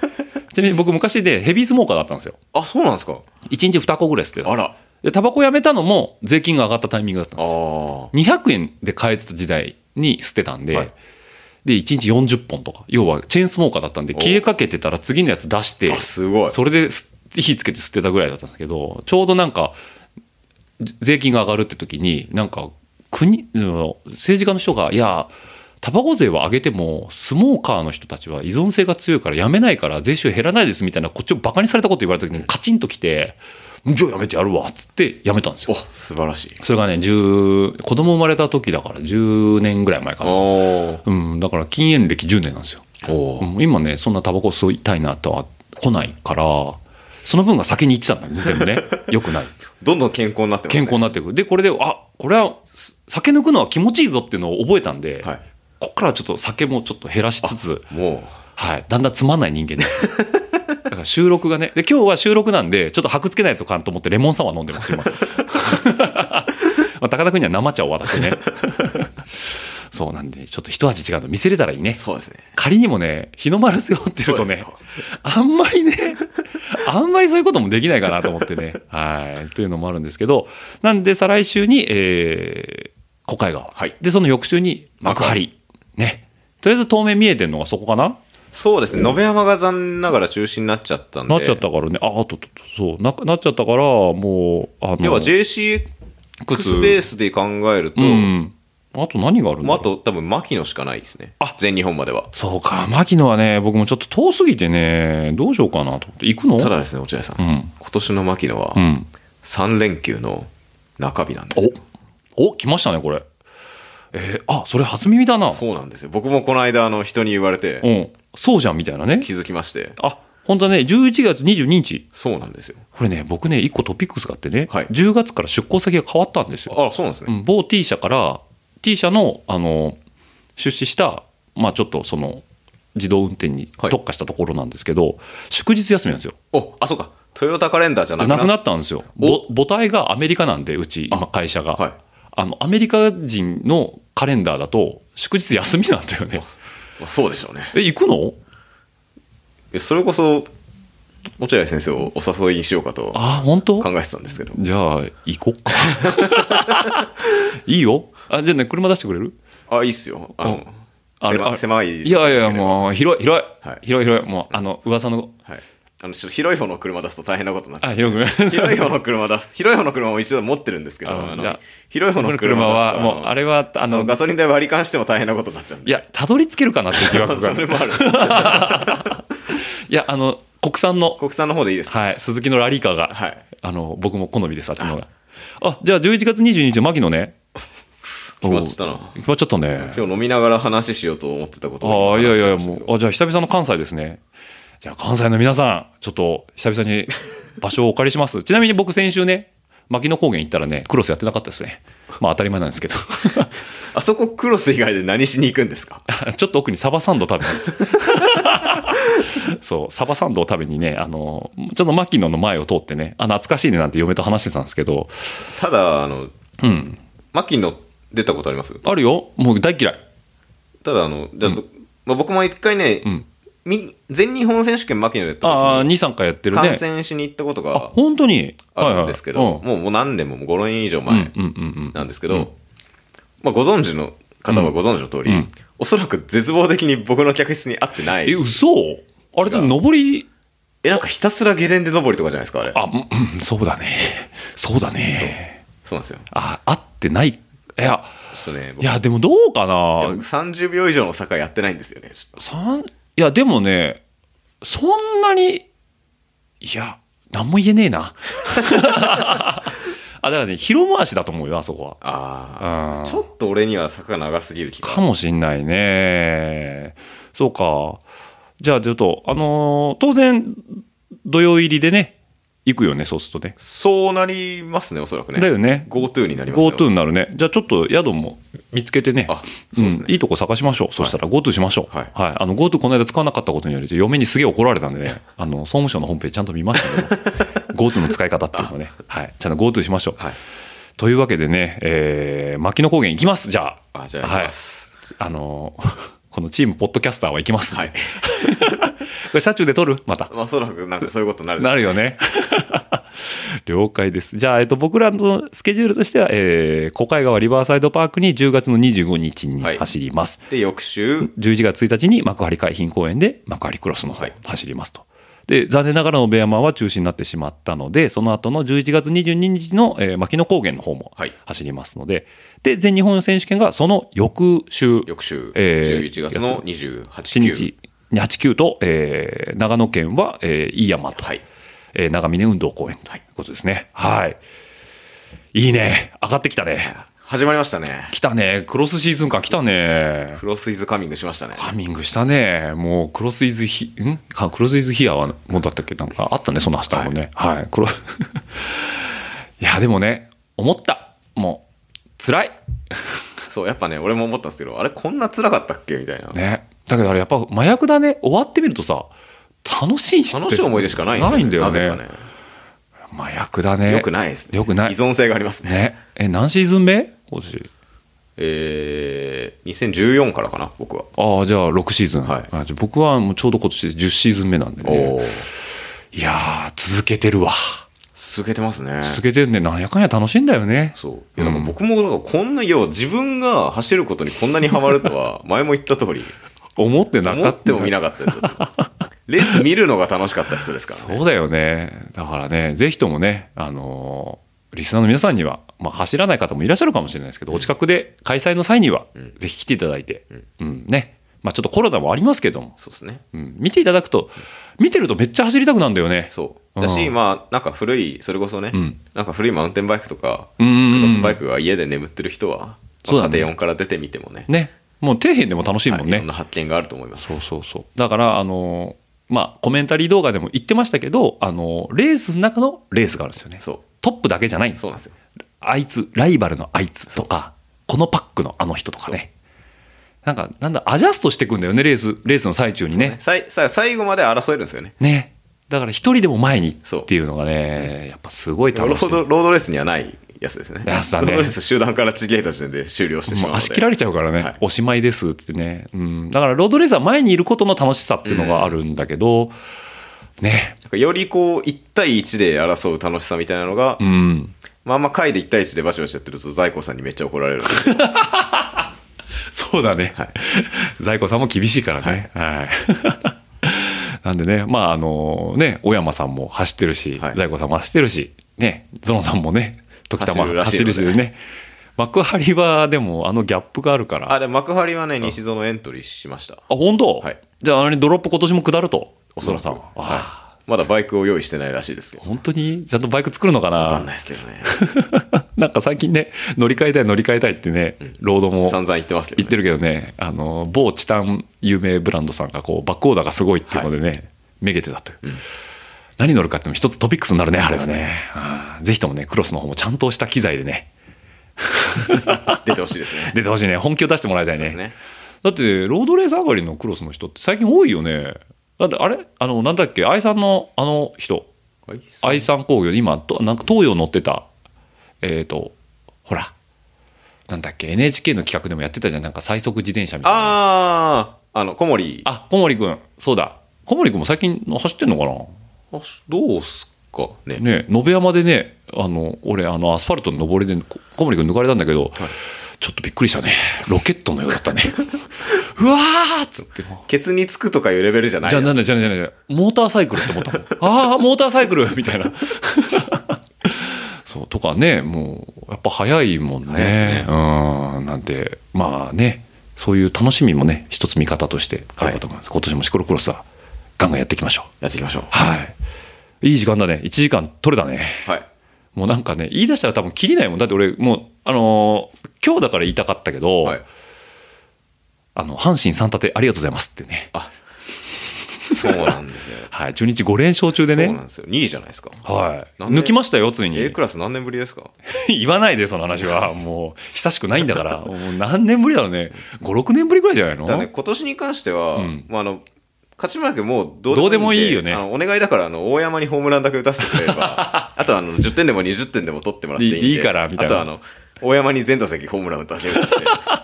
S1: ちなみに僕昔でヘビースモーカーだったんですよ。
S2: あ、そうなんですか
S1: 1日2個ぐらい吸ってた
S2: あら。あ
S1: で、タバコやめたのも税金が上がったタイミングだったん
S2: あ
S1: ですよ。
S2: ー。
S1: 200円で買えてた時代に吸ってたんで、
S2: はい
S1: で、1日40本とか、要はチェーンスモーカーだったんで、消えかけてたら次のやつ出して、
S2: あ、すごい。
S1: それです火つけて捨てたぐらいだったんですけどちょうどなんかじ税金が上がるって時になんか国うん政治家の人がいやタバコ税は上げてもスモーカーの人たちは依存性が強いからやめないから税収減らないですみたいなこっちをバカにされたこと言われた時にカチンときてじゃあやめてやるわっつってやめたんです
S2: お
S1: よ。
S2: 素晴らしい。
S1: それがね10子供生まれた時だから10年ぐらい前かな。
S2: おー
S1: うん、だから禁煙歴10年なんですよ。
S2: おー
S1: うん今ねそんなタバコ吸いたいなとは来ないからその分が先に行ってたんだよね全
S2: [laughs]
S1: 部ねよくない
S2: どんどん健康になってます、
S1: 健康になっていくでこれであこれはす酒抜くのは気持ちいいぞっていうのを覚えたんで、
S2: はい
S1: こっからはちょっと酒もちょっと減らしつつ、
S2: も
S1: はい、だんだんつまんない人
S2: [laughs]
S1: 間になってだから収録がねで今日は収録なんでちょっと箔つけないとかんと思ってレモンサワー飲んでます
S2: [laughs]
S1: 今まあ高田君には生茶を渡してね [laughs] そうなんでちょっと一味違うの見せれたらいいね
S2: う、そうですね。
S1: 仮にもね、日の丸背負ってるとね
S2: そうで、
S1: あんまりね、あんまりそういうこともできないかなと思ってね、はい、というのもあるんですけど、なんで再来週に、えー、小海川、
S2: はい
S1: で、その翌週に幕張、ね、とりあえず当面見えてるのがそこかな、
S2: そうですね。野辺山が残念ながら中止になっちゃったんで。
S1: なっちゃったからね、あ、あと、とそうな、なっちゃったから、もう、あの、
S2: 要は JCX ベースで考えると、
S1: うん、あと何があるんだろう
S2: まあ、あと多分牧野しかないですね
S1: あ。
S2: 全日本までは。
S1: そうか、牧野はね、僕もちょっと遠すぎてね、どうしようかなと思って、行くの
S2: ただですね、落合さん。
S1: うん
S2: 今年の牧野は
S1: うん。
S2: 3連休の中日なんですよ。
S1: お来ましたねこれえーあそれ初耳だな
S2: そうなんですよ。僕もこの間、あの、人に言われて
S1: う、ん、そうじゃんみたいなね
S2: 気づきまして。
S1: あ本当はね11月22日
S2: そうなんですよ。
S1: これね僕ね1個トピックスがあってね、
S2: はい
S1: 10月から出向先が変わったんですよ、
S2: あ、そうなんです
S1: う
S2: ね。
S1: ん、某 T 社から T 社のあの出資したまあちょっとその自動運転に
S2: はい
S1: 特化したところなんですけど、祝日休みなんですよ
S2: お、あ、そうか。トヨタカレンダーじゃなく
S1: な
S2: な
S1: く
S2: っ
S1: なったんですよぼ母体がアメリカなんでうち今会社が
S2: はい
S1: あのアメリカ人のカレンダーだと祝日休みなんだよね
S2: [laughs] まあそうでしょうね。
S1: え行くの
S2: いやそれこそ、落合先生をお誘いにしようかと
S1: あ本当
S2: 考えてたんですけど。
S1: じゃあ行こ
S2: [laughs]
S1: っかいいよあじゃあね車出してくれる
S2: あ、いいっすよ。あの、
S1: あ
S2: 狭
S1: あ
S2: 狭い。
S1: いやいやもう広い広い、
S2: はい
S1: 広い広いもうあの噂の
S2: はい。あの、ちょっと広い方の車出すと大変なことになっちゃ
S1: あ広く
S2: う。広い方の車出す。広い方の車も一度持ってるんですけど、
S1: あ
S2: あ
S1: じゃ
S2: の
S1: あ
S2: 広い方
S1: こ
S2: の
S1: の
S2: 車
S1: 車は
S2: は、
S1: もうあれはあ
S2: あの、
S1: の
S2: ガソリン代割り勘しても大変なことになっちゃうん
S1: い
S2: で。
S1: やたどり着けるかなっていう疑惑が
S2: [laughs] それもある。
S1: いやあの国産の
S2: 国産の方でいいですか
S1: はい鈴木のラリーカーが、
S2: はい。
S1: あの僕も好みですあっちの方があじゃあ11月22日牧野ね
S2: 決まっちゃったな
S1: お決まっちゃったね
S2: 今日飲みながら話しようと思ってたことを
S1: ああ、い
S2: 今
S1: やいやいや、
S2: 話しましたけど
S1: もう、あ、じゃあ久々の関西ですね。じゃあ関西の皆さん、ちょっと久々に場所をお借りします。ちなみに僕先週ね、牧野高原行ったらね、クロスやってなかったですね。まあ当たり前なんですけど。
S2: あそこクロス以外で何しに行くんですか
S1: [laughs] ちょっと奥にサバサンド食べに行って。 [laughs] そう、サバサンドを食べにね、あの、ちょっと牧野の前を通ってね、あ、懐かしいねなんて嫁と話してたんですけど、
S2: ただ、あの、
S1: うん。
S2: マキの出たことあります
S1: あるよ。もう大嫌い。
S2: ただ、あの、じゃあまあ僕も一回ね、
S1: ん
S2: み全日本選手権マキのでやったこと
S1: ああ、
S2: あ
S1: 2、3回やって
S2: る
S1: るね。
S2: 観戦しに行ったこと
S1: あ、
S2: が
S1: 本当に。
S2: あるんですけ
S1: はい
S2: ど、
S1: はい
S2: もうもう何年ももう5年以上
S1: うん、う
S2: 前
S1: ん、うん、うん。
S2: なんですけど、まあ、ご存知の方はご存知の通り、
S1: うん
S2: おそらく絶望的に僕の客室に合ってない
S1: え、嘘あれって上り、
S2: えなんかひたすらゲレンデ登りとかじゃないですかあれ
S1: あ、うんうん、そうだね。そうだね。
S2: そうなんですよ
S1: あ、合ってない。いや、
S2: ちょっとね
S1: い
S2: 僕
S1: や、でもどうかな。
S2: 30秒以上の坂やってないんですよねちょっ
S1: さんいや、でもね、そんなに、いや、なんも言えねえな。 [laughs] あ、だからね、広回しだと思うよ、あそこと
S2: あ
S1: あ
S2: あ
S1: ー
S2: ちょっと俺には坂が長すぎる気が
S1: は。かもしんないね。そうか。じゃあ、ちょっと、あのー当然、土曜入りでね、行くよね、そうするとね。
S2: そうなりますねおそらくね
S1: だよね。
S2: GoTo になりますね
S1: GoTo になるね。じゃあちょっと宿も見つけてね。
S2: あそうですね
S1: んいいとこ探しましょう。そしたら GoTo しましょう。
S2: はい
S1: あの GoTo この間使わなかったことにより、嫁にすげえ怒られたんでね、あの、総務省のホームページちゃんと見ましたけど、GoTo の使い方っていうのを
S2: [laughs]
S1: ね、はい。ちゃんと GoTo しましょう。
S2: はい
S1: というわけでね、えー、牧野高原行きます、じゃあ。
S2: あじゃあ行きます
S1: はい。あのー [laughs] このチームポッドキャスターは行きますんで、
S2: は
S1: [laughs]
S2: い
S1: これ車中で撮るまた。
S2: まあおそらくなんかそういうことになる
S1: なるよね。 [laughs] 了解です。じゃあ、えっと、僕らのスケジュールとしては、えー、小海川リバーサイドパークに10月の25日に
S2: はい
S1: 走ります。
S2: で翌週
S1: 11月1日に幕張海浜公園で幕張クロスの方
S2: はい
S1: 走りますと。で残念ながら野辺山は中止になってしまったのでその後の11月22日の、えー牧野高原の方も
S2: はい
S1: 走りますので,、で全日本選手権がその翌週
S2: 翌週、
S1: えー
S2: 11月の28
S1: 7日に89と、えー長野県は、えー飯山と、
S2: はい
S1: えー長峰運動公園ということですね。はい、いいね上がってきたね
S2: 始まりましたね。
S1: 来たねクロスシーズン間来たね
S2: クロスイズカミングしましたね。
S1: カミングしたね。もう、クロスイズヒ、んかクロスイズヒアは、もうだったっけなんか、あったね、そんな走ったもんね。はい。クロ [laughs] いや、でもね、思った。もう、辛い。
S2: そう、やっぱね、俺も思ったんですけど、あれ、こんな辛かったっけみたいな。
S1: ね。だけどあれ、やっぱ、麻薬だね。終わってみるとさ、楽しいし
S2: 楽しい思い出しかないですよ
S1: ないんだよ
S2: なぜ
S1: ね。
S2: かね。
S1: 麻薬だね。
S2: よくないですね。
S1: よくない
S2: 依存性がありますね。
S1: ね。え、何シーズン目今年。
S2: えー、2014からかな、僕は。
S1: ああ、じゃあ6シーズン。
S2: はい
S1: あじゃあ僕はもうちょうど今年で10シーズン目なんで
S2: お
S1: ね。
S2: ー
S1: いやー、続けてるわ。
S2: 続けてますね。
S1: 続けてるね。なんやかんや楽しいんだよね。
S2: そう。いや、だから僕も、だからこんな、要は自分が走ることにこんなにハマる
S1: [laughs]
S2: とは、前も言った通り、
S1: 思ってな
S2: 思
S1: か
S2: っ
S1: ってた
S2: も見なかったです。レース見るのが楽しかった人ですからね。
S1: そうだよねだからねぜひともねあのーリスナーの皆さんには、まあ、走らない方もいらっしゃるかもしれないですけど、お近くで開催の際には、ぜひ来ていただいて、うんねまあ、ちょっとコロナもありますけども、
S2: そうですね。
S1: うん、見ていただくと見てるとめっちゃ走りたくなるんだよね
S2: そう。だし、
S1: うん
S2: まあ、なんか古い、それこそね、
S1: ん
S2: なんか古いマウンテンバイクとか、
S1: うんうんうん
S2: クロスバイクが家で眠ってる人は、
S1: そう
S2: ま
S1: だ
S2: あ
S1: ね
S2: 家庭4から出てみてもね、
S1: ねもう底辺でも楽しいもん
S2: いろ
S1: ね
S2: んな発見があると思います。
S1: そうそうそうだからあのーまあコメンタリー動画でも言ってましたけどあのーレースの中のレースがあるんですよね
S2: そう
S1: トップだけじゃないんです
S2: そうなんですよ。
S1: あいつライバルのあいつとかこのパックのあの人とかねなんかなんだアジャストしていくんだよねレースレースの最中にね
S2: さいさ最後まで争えるんですよね。
S1: ねだから一人でも前に
S2: そう
S1: っていうのがねやっぱすごい
S2: ロ
S1: 楽しい
S2: ードロードレースにはないやつですね。
S1: やつだ
S2: ロ
S1: ね
S2: ードレース集団からちぎれた時点で終了してし
S1: も
S2: まう
S1: う
S2: ので。
S1: 足切られちゃうからね、
S2: はい
S1: おしまいですっつってね、うん、だからロードレースは前にいることの楽しさっていうのがあるんだけど、ね
S2: なんかよりこう、1対1で争う楽しさみたいなのが、
S1: うん
S2: まあまあ、回で1対1でバシバシやってると、在庫さんにめっちゃ怒られるんで。
S1: そうだね、在庫さんも厳しいからね、はい [laughs] なんでねまああのね小山さんも走ってるし、
S2: はい
S1: 在庫さんも走ってるしねゾノさんもね時たま
S2: 走るらしい
S1: 走
S2: ので
S1: るしでね幕張はでもあのギャップがあるから
S2: あ、
S1: あ
S2: で、幕張はね、西園エントリーしました。
S1: 本当、
S2: はい
S1: じゃああれにドロップ今年も下ると
S2: おそらく
S1: ゾノさんは、あ
S2: まだバイクを用意してないらしいですけど。
S1: 本当にちゃんとバイク作るのか
S2: わか
S1: なん
S2: ないですけどね。
S1: なんか最近ね乗り換えたい乗り換えたいってねロードも
S2: 散々言ってますけど、
S1: 言
S2: ね。
S1: ってるけどねあの某チタン有名ブランドさんがこうバックオーダーがすごいっていうのでね、めげてたという、何乗るかっていうのも一つトピックスになるねあれは
S2: そうで
S1: ねうんぜひともねクロスの方もちゃんとした機材でね
S2: 出てほしいです [laughs] ね。
S1: 出てほしいね本気を出してもらいたい
S2: そうで
S1: ね
S2: すね。
S1: だってロードレース上がりのクロスの人って最近多いよねだってあれあのなんだっけ愛さんのあの人
S2: はい
S1: 愛さん工業で今となんか東洋乗ってたえっ、とほらなんだっけ NHK の企画でもやってたじゃんなんか最速自転車みたいな
S2: あー、あの、小森。
S1: あ、小森くん。そうだ。小森くんも最近走ってんのかな
S2: あどうすかね。
S1: ね、野辺山でね、あの、俺、あの、アスファルトの登りでこ小森くん抜かれたんだけど、ちょっとびっくりしたね。ロケットのようだった [laughs] ね。うわーっつって。
S2: ケツにつくとかいうレベルじゃない
S1: じゃあ、
S2: や
S1: なんだ、じゃあ、じゃあ、じゃあモーターサイクルって思ったもん。 [laughs] ああ、モーターサイクルみたいな。 [laughs] そう、とかね、もう、やっぱ早いもんね。
S2: 早いですね
S1: うん。なんで、まあね、そういう楽しみもね、一つ見方としてあるかと思います。今年もシクロクロスは、ガンガンやっていきましょう。
S2: っていきましょう。
S1: はい。いい時間だね。1時間取れたね。
S2: はい。
S1: もうなんかね、言い出したら多分切りないもん。だって俺、もう、あのー今日だから言いたかったけど、
S2: はい。
S1: あの、阪神三立てありがとうございますっていうね。
S2: あ、そうなん [laughs] ですよ。
S1: はい。中日5連勝中で
S2: そうなん
S1: ね。
S2: ですよ。2位じゃないですか。
S1: はい。
S2: なんで
S1: 抜きましたよ、ついに。
S2: A クラス何年ぶりですか
S1: [laughs] 言わないで、その話は。もう、久しくないんだから。
S2: [laughs]
S1: もう何年ぶりだろうね。5、6年ぶりぐらいじゃないの
S2: だね、今年に関しては、
S1: うん
S2: まあ、あの、勝ち負けもうど
S1: どうでもいいよね
S2: あのお願いだから、あの、大山にホームランだけ打たせてくれ
S1: [laughs]
S2: れば、あとはあの、10点でも20点でも取ってもらっていいんで。
S1: いいいいからみたいな
S2: あとはあの、大山に全打席ホームラン打たせて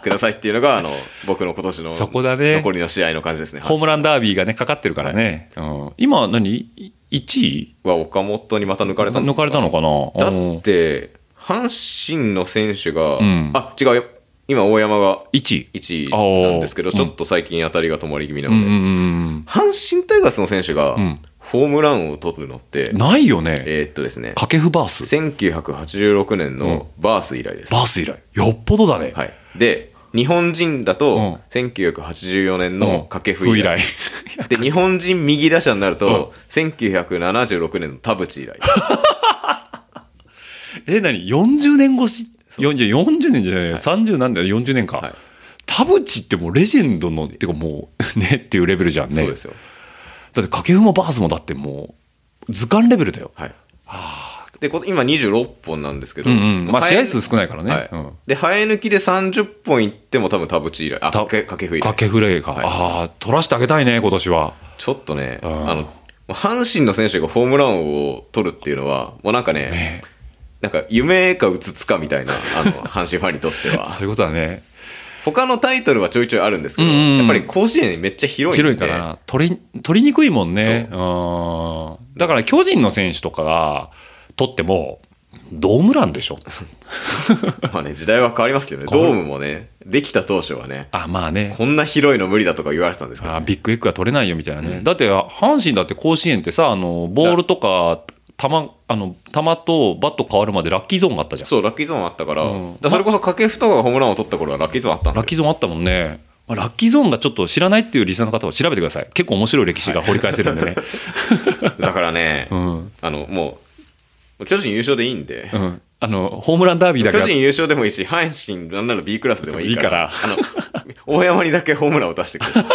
S2: くださいっていうのが、あの、僕の今年の、
S1: そこだね
S2: 残りの試合の感じですね。
S1: ホームランダービーがね、かかってるからね。うん、今何、1位
S2: は岡本にまた抜かれたの
S1: 抜かれたのかな
S2: だ
S1: うん
S2: って、阪神の選手が、
S1: ん
S2: あ違うよ、今、大山が
S1: 1位。
S2: 1位なんですけど、
S1: あー
S2: ちょっと最近当たりが止まり気味な
S1: う
S2: の
S1: ん
S2: で、
S1: うんうん
S2: 阪神タイガースの選手が
S1: ん
S2: ホームランを取るのって、
S1: うん。ないよね。
S2: えーっとですね、
S1: 掛布バース。
S2: 1986年のバース以来です。
S1: バース以来。よっぽどだね。
S2: はい、で、日本人だ
S1: う
S2: と
S1: ん、
S2: 1984年
S1: うん
S2: の掛布以来。。で、日本人右打者になると、1976年の田
S1: [laughs]
S2: 淵以来。
S1: [laughs] え、何 ?40 年越し ?40、40年じゃない、30なんだよ、40年か。
S2: はい
S1: 田淵ってもうレジェンドの、ってかもう、ねっていうレベルじゃんね。
S2: そうですよ。
S1: だって掛布もバースもだってもう、図鑑レベルだよ。
S2: はい。で、こ今26本なんですけど、
S1: うんうん。まあ
S2: 生
S1: 試
S2: え抜
S1: 合数少ないからね。
S2: はい
S1: うん。
S2: で、生え抜きで30本いっても多分田淵以来、あ、
S1: た
S2: かけ掛布以来
S1: 掛
S2: です。
S1: 布レイか。
S2: はい
S1: ああ、取らせてあげたいね、今年は。
S2: ちょっとね、あ
S1: ん
S2: の、阪神の選手がホームランを取るっていうのは、もうなんかね、
S1: ね
S2: なんか夢かうつつかみたいな、
S1: [laughs]
S2: あの、阪神ファンにとっては。
S1: そういうことだね。
S2: 他のタイトルはちょいちょいあるんですけど、
S1: うんうんうん
S2: やっぱり甲子園めっちゃ広いんで
S1: 広いから、取り、取りにくいもんね。うん。だから巨人の選手とかが取っても、ドームランでしょ。
S2: まあね、時代は変わりますけどね、
S1: 変わ
S2: ド
S1: る
S2: ームもね、できた当初はね、
S1: あ、まあね。
S2: こんな広いの無理だとか言われてたんですけど、
S1: あビッグエッグは取れないよみたいなね、だって阪神だって甲子園ってさあのボールとか球あの球とバット変わるまでラッキーゾーンがあったじゃん
S2: そう、ラッキーゾーンあったから、
S1: うん
S2: だからそれこそ掛布とかがホームランを取った頃はラッキーゾーンあったんで
S1: ラッ
S2: す
S1: キ
S2: よ。
S1: ーゾーンあったもんね、まあ、ラッキーゾーンがちょっと知らないっていうリスナーの方は調べてください結構面白い歴史が掘り返せるんでね、
S2: [laughs] だからね、
S1: うん
S2: あの、もう、巨人優勝でいいんで、
S1: うんあのホームランダービーだか
S2: 巨
S1: ら
S2: 人優勝でもいいし、阪神なんなら B クラスでもいいから、あの、大山にだけホームランを出してくれる。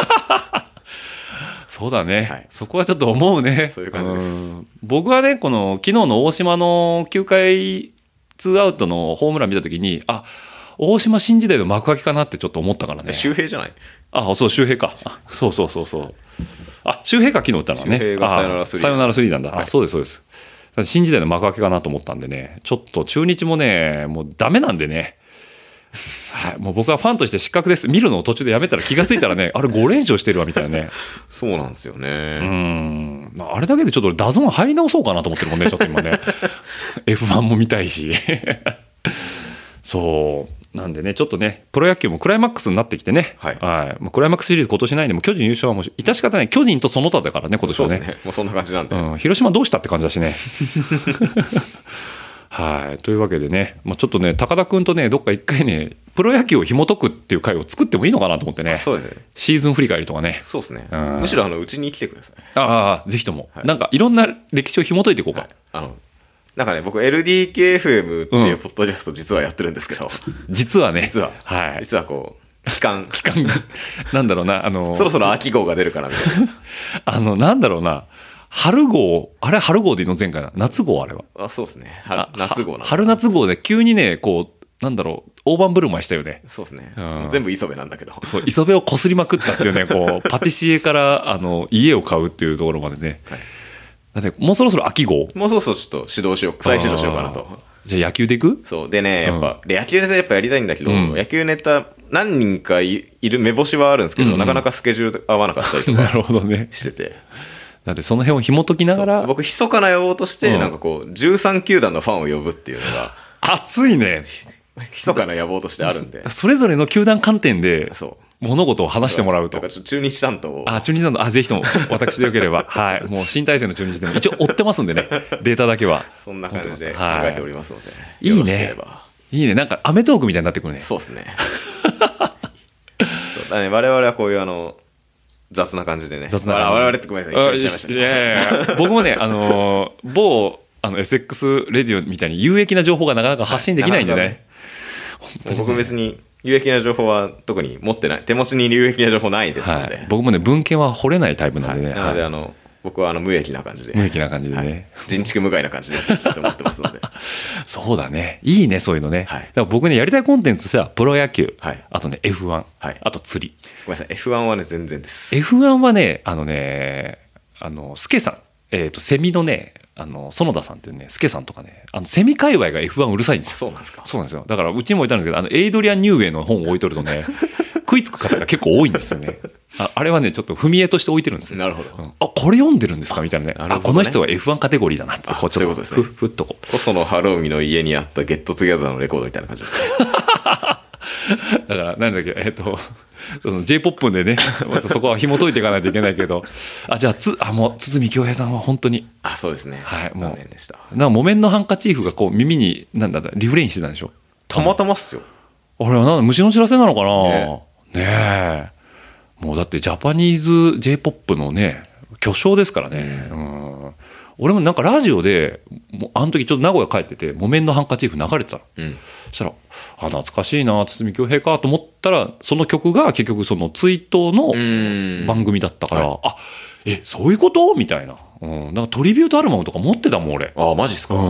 S1: そうだね、
S2: はい
S1: そこはちょっと思うね
S2: そういう感じです
S1: ん僕はねこの昨日の大島の9回ツーアウトのホームラン見た時にあ大島新時代の幕開けかなってちょっと思った [laughs] からね
S2: 周平じゃない
S1: あ、そう、周平か。あそうそうそうそう。あ、周平か、昨日打ったのはね。
S2: 周平がサヨナラス
S1: あ
S2: リー
S1: サヨナラスリーなんだ。
S2: はい
S1: あ、そうです、そうです。新時代の幕開けかなと思ったんでね、ちょっと中日もね、もうダメなんでね。はい、もう僕はファンとして失格です。見るのを途中でやめたら気がついたらね、あれ5連勝してるわみたいなね。
S2: そうなんですよ
S1: う
S2: ね。
S1: ん。まあ、あれだけでちょっと俺ダゾーン入り直そうかなと思ってるもんね、ちょっと今ね。F1 も見たいし。 [laughs] そう。なんでね、ちょっとね、プロ野球もクライマックスになってきてね。
S2: はい
S1: もうクライマックスシリーズ今年ないんで、もう巨人優勝はもう致し方ない。巨人とその他だからね、今年
S2: そう
S1: は
S2: で
S1: ね。
S2: すね。もうそんな感じなんで。
S1: うん。広島どうしたって感じだしね。 [laughs] はい。というわけでね、まあ、ちょっとね、高田君とね、どっか一回ね、プロ野球を紐解くっていう回を作ってもいいのかなと思ってね。
S2: そうですね。
S1: シーズン振り返りとかね。
S2: そうですね
S1: うん。
S2: むしろ、あの、うちに来てください。
S1: ああ、ぜひとも、
S2: はい
S1: なんかいろんな歴史を紐解いていこうか。
S2: あの、なんかね、僕、LDKFM っていうポッドキャスト実はやってるんですけど、
S1: 実はね。
S2: 実は、
S1: はい。
S2: 実はこう、
S1: [laughs]
S2: 期間、
S1: 期間が、なんだろうな、あの、
S2: そろそろ秋号が出るからみた
S1: [laughs]
S2: い
S1: あの、なんだろうな、春号、あれ春号でいいの前回な夏号あれは。
S2: な。あ、そうですね。
S1: あ
S2: 春夏号なん
S1: は
S2: で
S1: 春夏号で急にね、こう、なんだろう、大盤振る舞いしたよね。
S2: そうですね。
S1: うん
S2: もう全部磯部なんだけど。
S1: そう、磯部をこすりまくったっていうね、
S2: [laughs]
S1: こう、パティシエから、あの、家を買うっていうところまでね。だって、もうそろそろ秋号。
S2: もうそろそろちょっと指導しよう、再指導しようかなと。
S1: あー。じゃあ野球でいく [laughs]
S2: そう。でね、やっぱ、で野球ネタやっぱやりたいんだけど、
S1: うん
S2: 野球ネタ何人かいいる目星はあるんですけ
S1: う
S2: ど、
S1: んうん
S2: なかなかスケジュール合わなかったりとか
S1: なるほどね。
S2: してて。
S1: だってその辺を紐解きながら、
S2: 僕、密かな野望として、
S1: うん
S2: なんかこう、13球団のファンを呼ぶっていうのが、
S1: 熱いね。。
S2: 密かな野望としてあるんで
S1: それぞれの球団観点で
S2: そう。
S1: 物事を話してもらう
S2: だ
S1: と
S2: から。ちょっと中日担当を。
S1: あ、中日なんだ。あ、ぜひとも、私でよけれ
S2: [laughs]
S1: ば。はい。もう新体制の中日でも、一応追ってますんでね。データだけは。
S2: そんな感じで考
S1: はい
S2: えておりますので。
S1: いいね
S2: よろしければ
S1: いいね。なんか、アメトークみたいになってくるね。
S2: そうで
S1: [laughs]
S2: すね。そうだね。我々はこういうあの、雑な感じでね。
S1: 雑な
S2: あ我々ってごめんなさい。一緒にしちゃいました
S1: い
S2: ね。
S1: やいやいや僕もね、あのー某、あの、SX レディオみたいに有益な情報がなかなか発信できないんで
S2: はいなか
S1: ね。
S2: 僕別に有益な情報は特に持ってない。手持ちに有益な情報ないですの
S1: は
S2: で。
S1: い。僕もね、文献は掘れないタイプなんでね。
S2: なので
S1: は
S2: あ
S1: い
S2: の、僕はあの無益な感じで。
S1: 無益な感じでね。
S2: 人畜無害な感じでやっていきたいと思ってま
S1: [laughs]
S2: すので。
S1: そうだね。いいね、そういうのね。
S2: はい
S1: だから僕ね、やりたいコンテンツとしては、プロ野球、
S2: はい
S1: あとね、F1、
S2: はい
S1: あと釣り。
S2: ごめんなさい。F1 はね、全然です。
S1: F1 はね、あのね、あの、スケさん、えっ、と、セミのね、あの、園田さんっていうね、スケさんとかね、あの、セミ界隈が F1 うるさいんですよ。
S2: そうなんですか。
S1: そうなんですよ。だから、うちにも置いたんですけど、あの、エイドリアン・ニューウェイの本を置いとると
S2: [laughs]
S1: ね、食いつく方が結構多いんですよね。ああれはね、ちょっと踏み絵として置いてるんですよ。
S2: なるほど
S1: うんあ、これ読んでるんですかみたいなね。
S2: な
S1: あ
S2: るほどね
S1: この人は F1 カテゴリーだなって、
S2: あ
S1: こう、ちょっと、
S2: そういうことですね
S1: ふふっとこう。 [laughs]
S2: 細野晴臣の家にあったゲットツギャザーのレコードみたいな感じですね。
S1: だから、なんだっけ、えっ、と、その J-POP でね、 [laughs] またそこは紐解いていかないといけないけど、あ、じゃあ、つ、あ、もう、堤京平さんは本当に、
S2: あ、そうですね。
S1: はいもう
S2: 残念でした。
S1: なんか木綿のハンカチーフがこう耳に、なんだ、リフレインしてたんでしょ
S2: たまたまっすよ。
S1: あれはなんだ虫の知らせなのか
S2: ね
S1: なねえ。もうだってジャパニーズ J-POP のね、巨匠ですからね。うん俺もなんかラジオで、もうあの時ちょっと名古屋帰ってて、木綿のハンカチーフ流れてたの。
S2: うん。
S1: そしたら、あ、懐かしいな、堤京平かと思ったら、その曲が結局その追悼の
S2: うん。
S1: 番組だったから、あ、え、そういうことみたいな。うん。だからトリビュートアルバムとか持ってたもん、俺。
S2: あ、マジっすか。
S1: うん。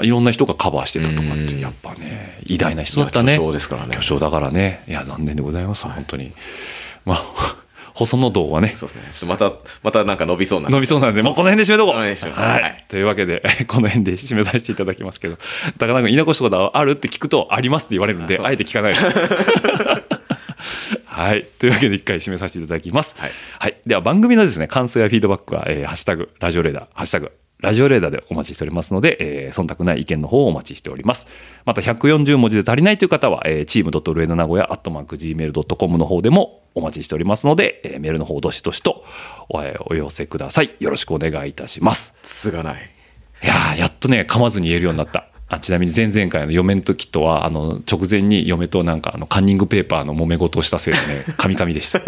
S1: いろんな人がカバーしてたとかっ
S2: う
S1: て、
S2: ん
S1: やっぱね、偉大な人だったね。
S2: いや巨匠ですからね
S1: 巨匠だからね。いや、残念でございます、本当に。まあ、 [laughs] 細野道はね、
S2: そうですね。ちょっとまた、またなんか伸びそうな。
S1: 伸びそうなんで、まあ、この辺で締めとこう。
S2: この辺で締めとこう
S1: は
S2: はいい。
S1: というわけで、 [laughs] この辺で締めさせていただきますけど、高田君、言い残したことはあるって聞くと、ありますって言われるんで、
S2: あ
S1: あ
S2: そう
S1: えて聞かない
S2: [laughs]
S1: です。はい。というわけで、一回締めさせていただきます。
S2: はい
S1: はい。では、番組のですね、感想やフィードバックは、えーハッシュタグ、ラジオレーダー、ハッシュタグ、ラジオレーダーでお待ちしておりますので、えー忖度ない意見の方をお待ちしております。また、140文字で足りないという方は、えー、チームド上の名古屋、アットマーク Gmail.com の方でもお待ちしておりますので、えーメールの方、どしどしとお,、えーお寄せください。よろしくお願いいたします。
S2: つがない。
S1: いやーやっとね、噛まずに言えるようになった。あちなみに前々回の嫁の時とは、あの、直前に嫁となんか、あの、カンニングペーパーの揉め事をしたせい [laughs] でね、カミカミでした。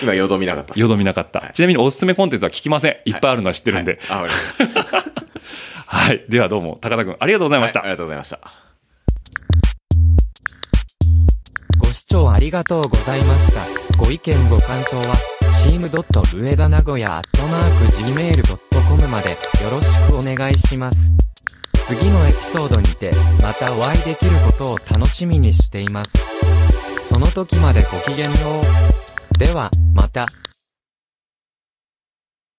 S2: 今、よどみなかったっす。
S1: よどみなかった。ちなみにおすすめコンテンツは聞きません。いっぱいあるのは知ってるんで。
S2: あ、わかりました
S1: はい。ではどうも、高田くん、 [laughs] ありがとうございました。
S2: はいありがとうございました。
S3: ご視聴ありがとうございました。ご意見ご感想は、チームドット上田名古屋アットマーク Gmail.com までよろしくお願いします。次のエピソードにて、またお会いできることを楽しみにしています。その時までごきげんよう。では、また。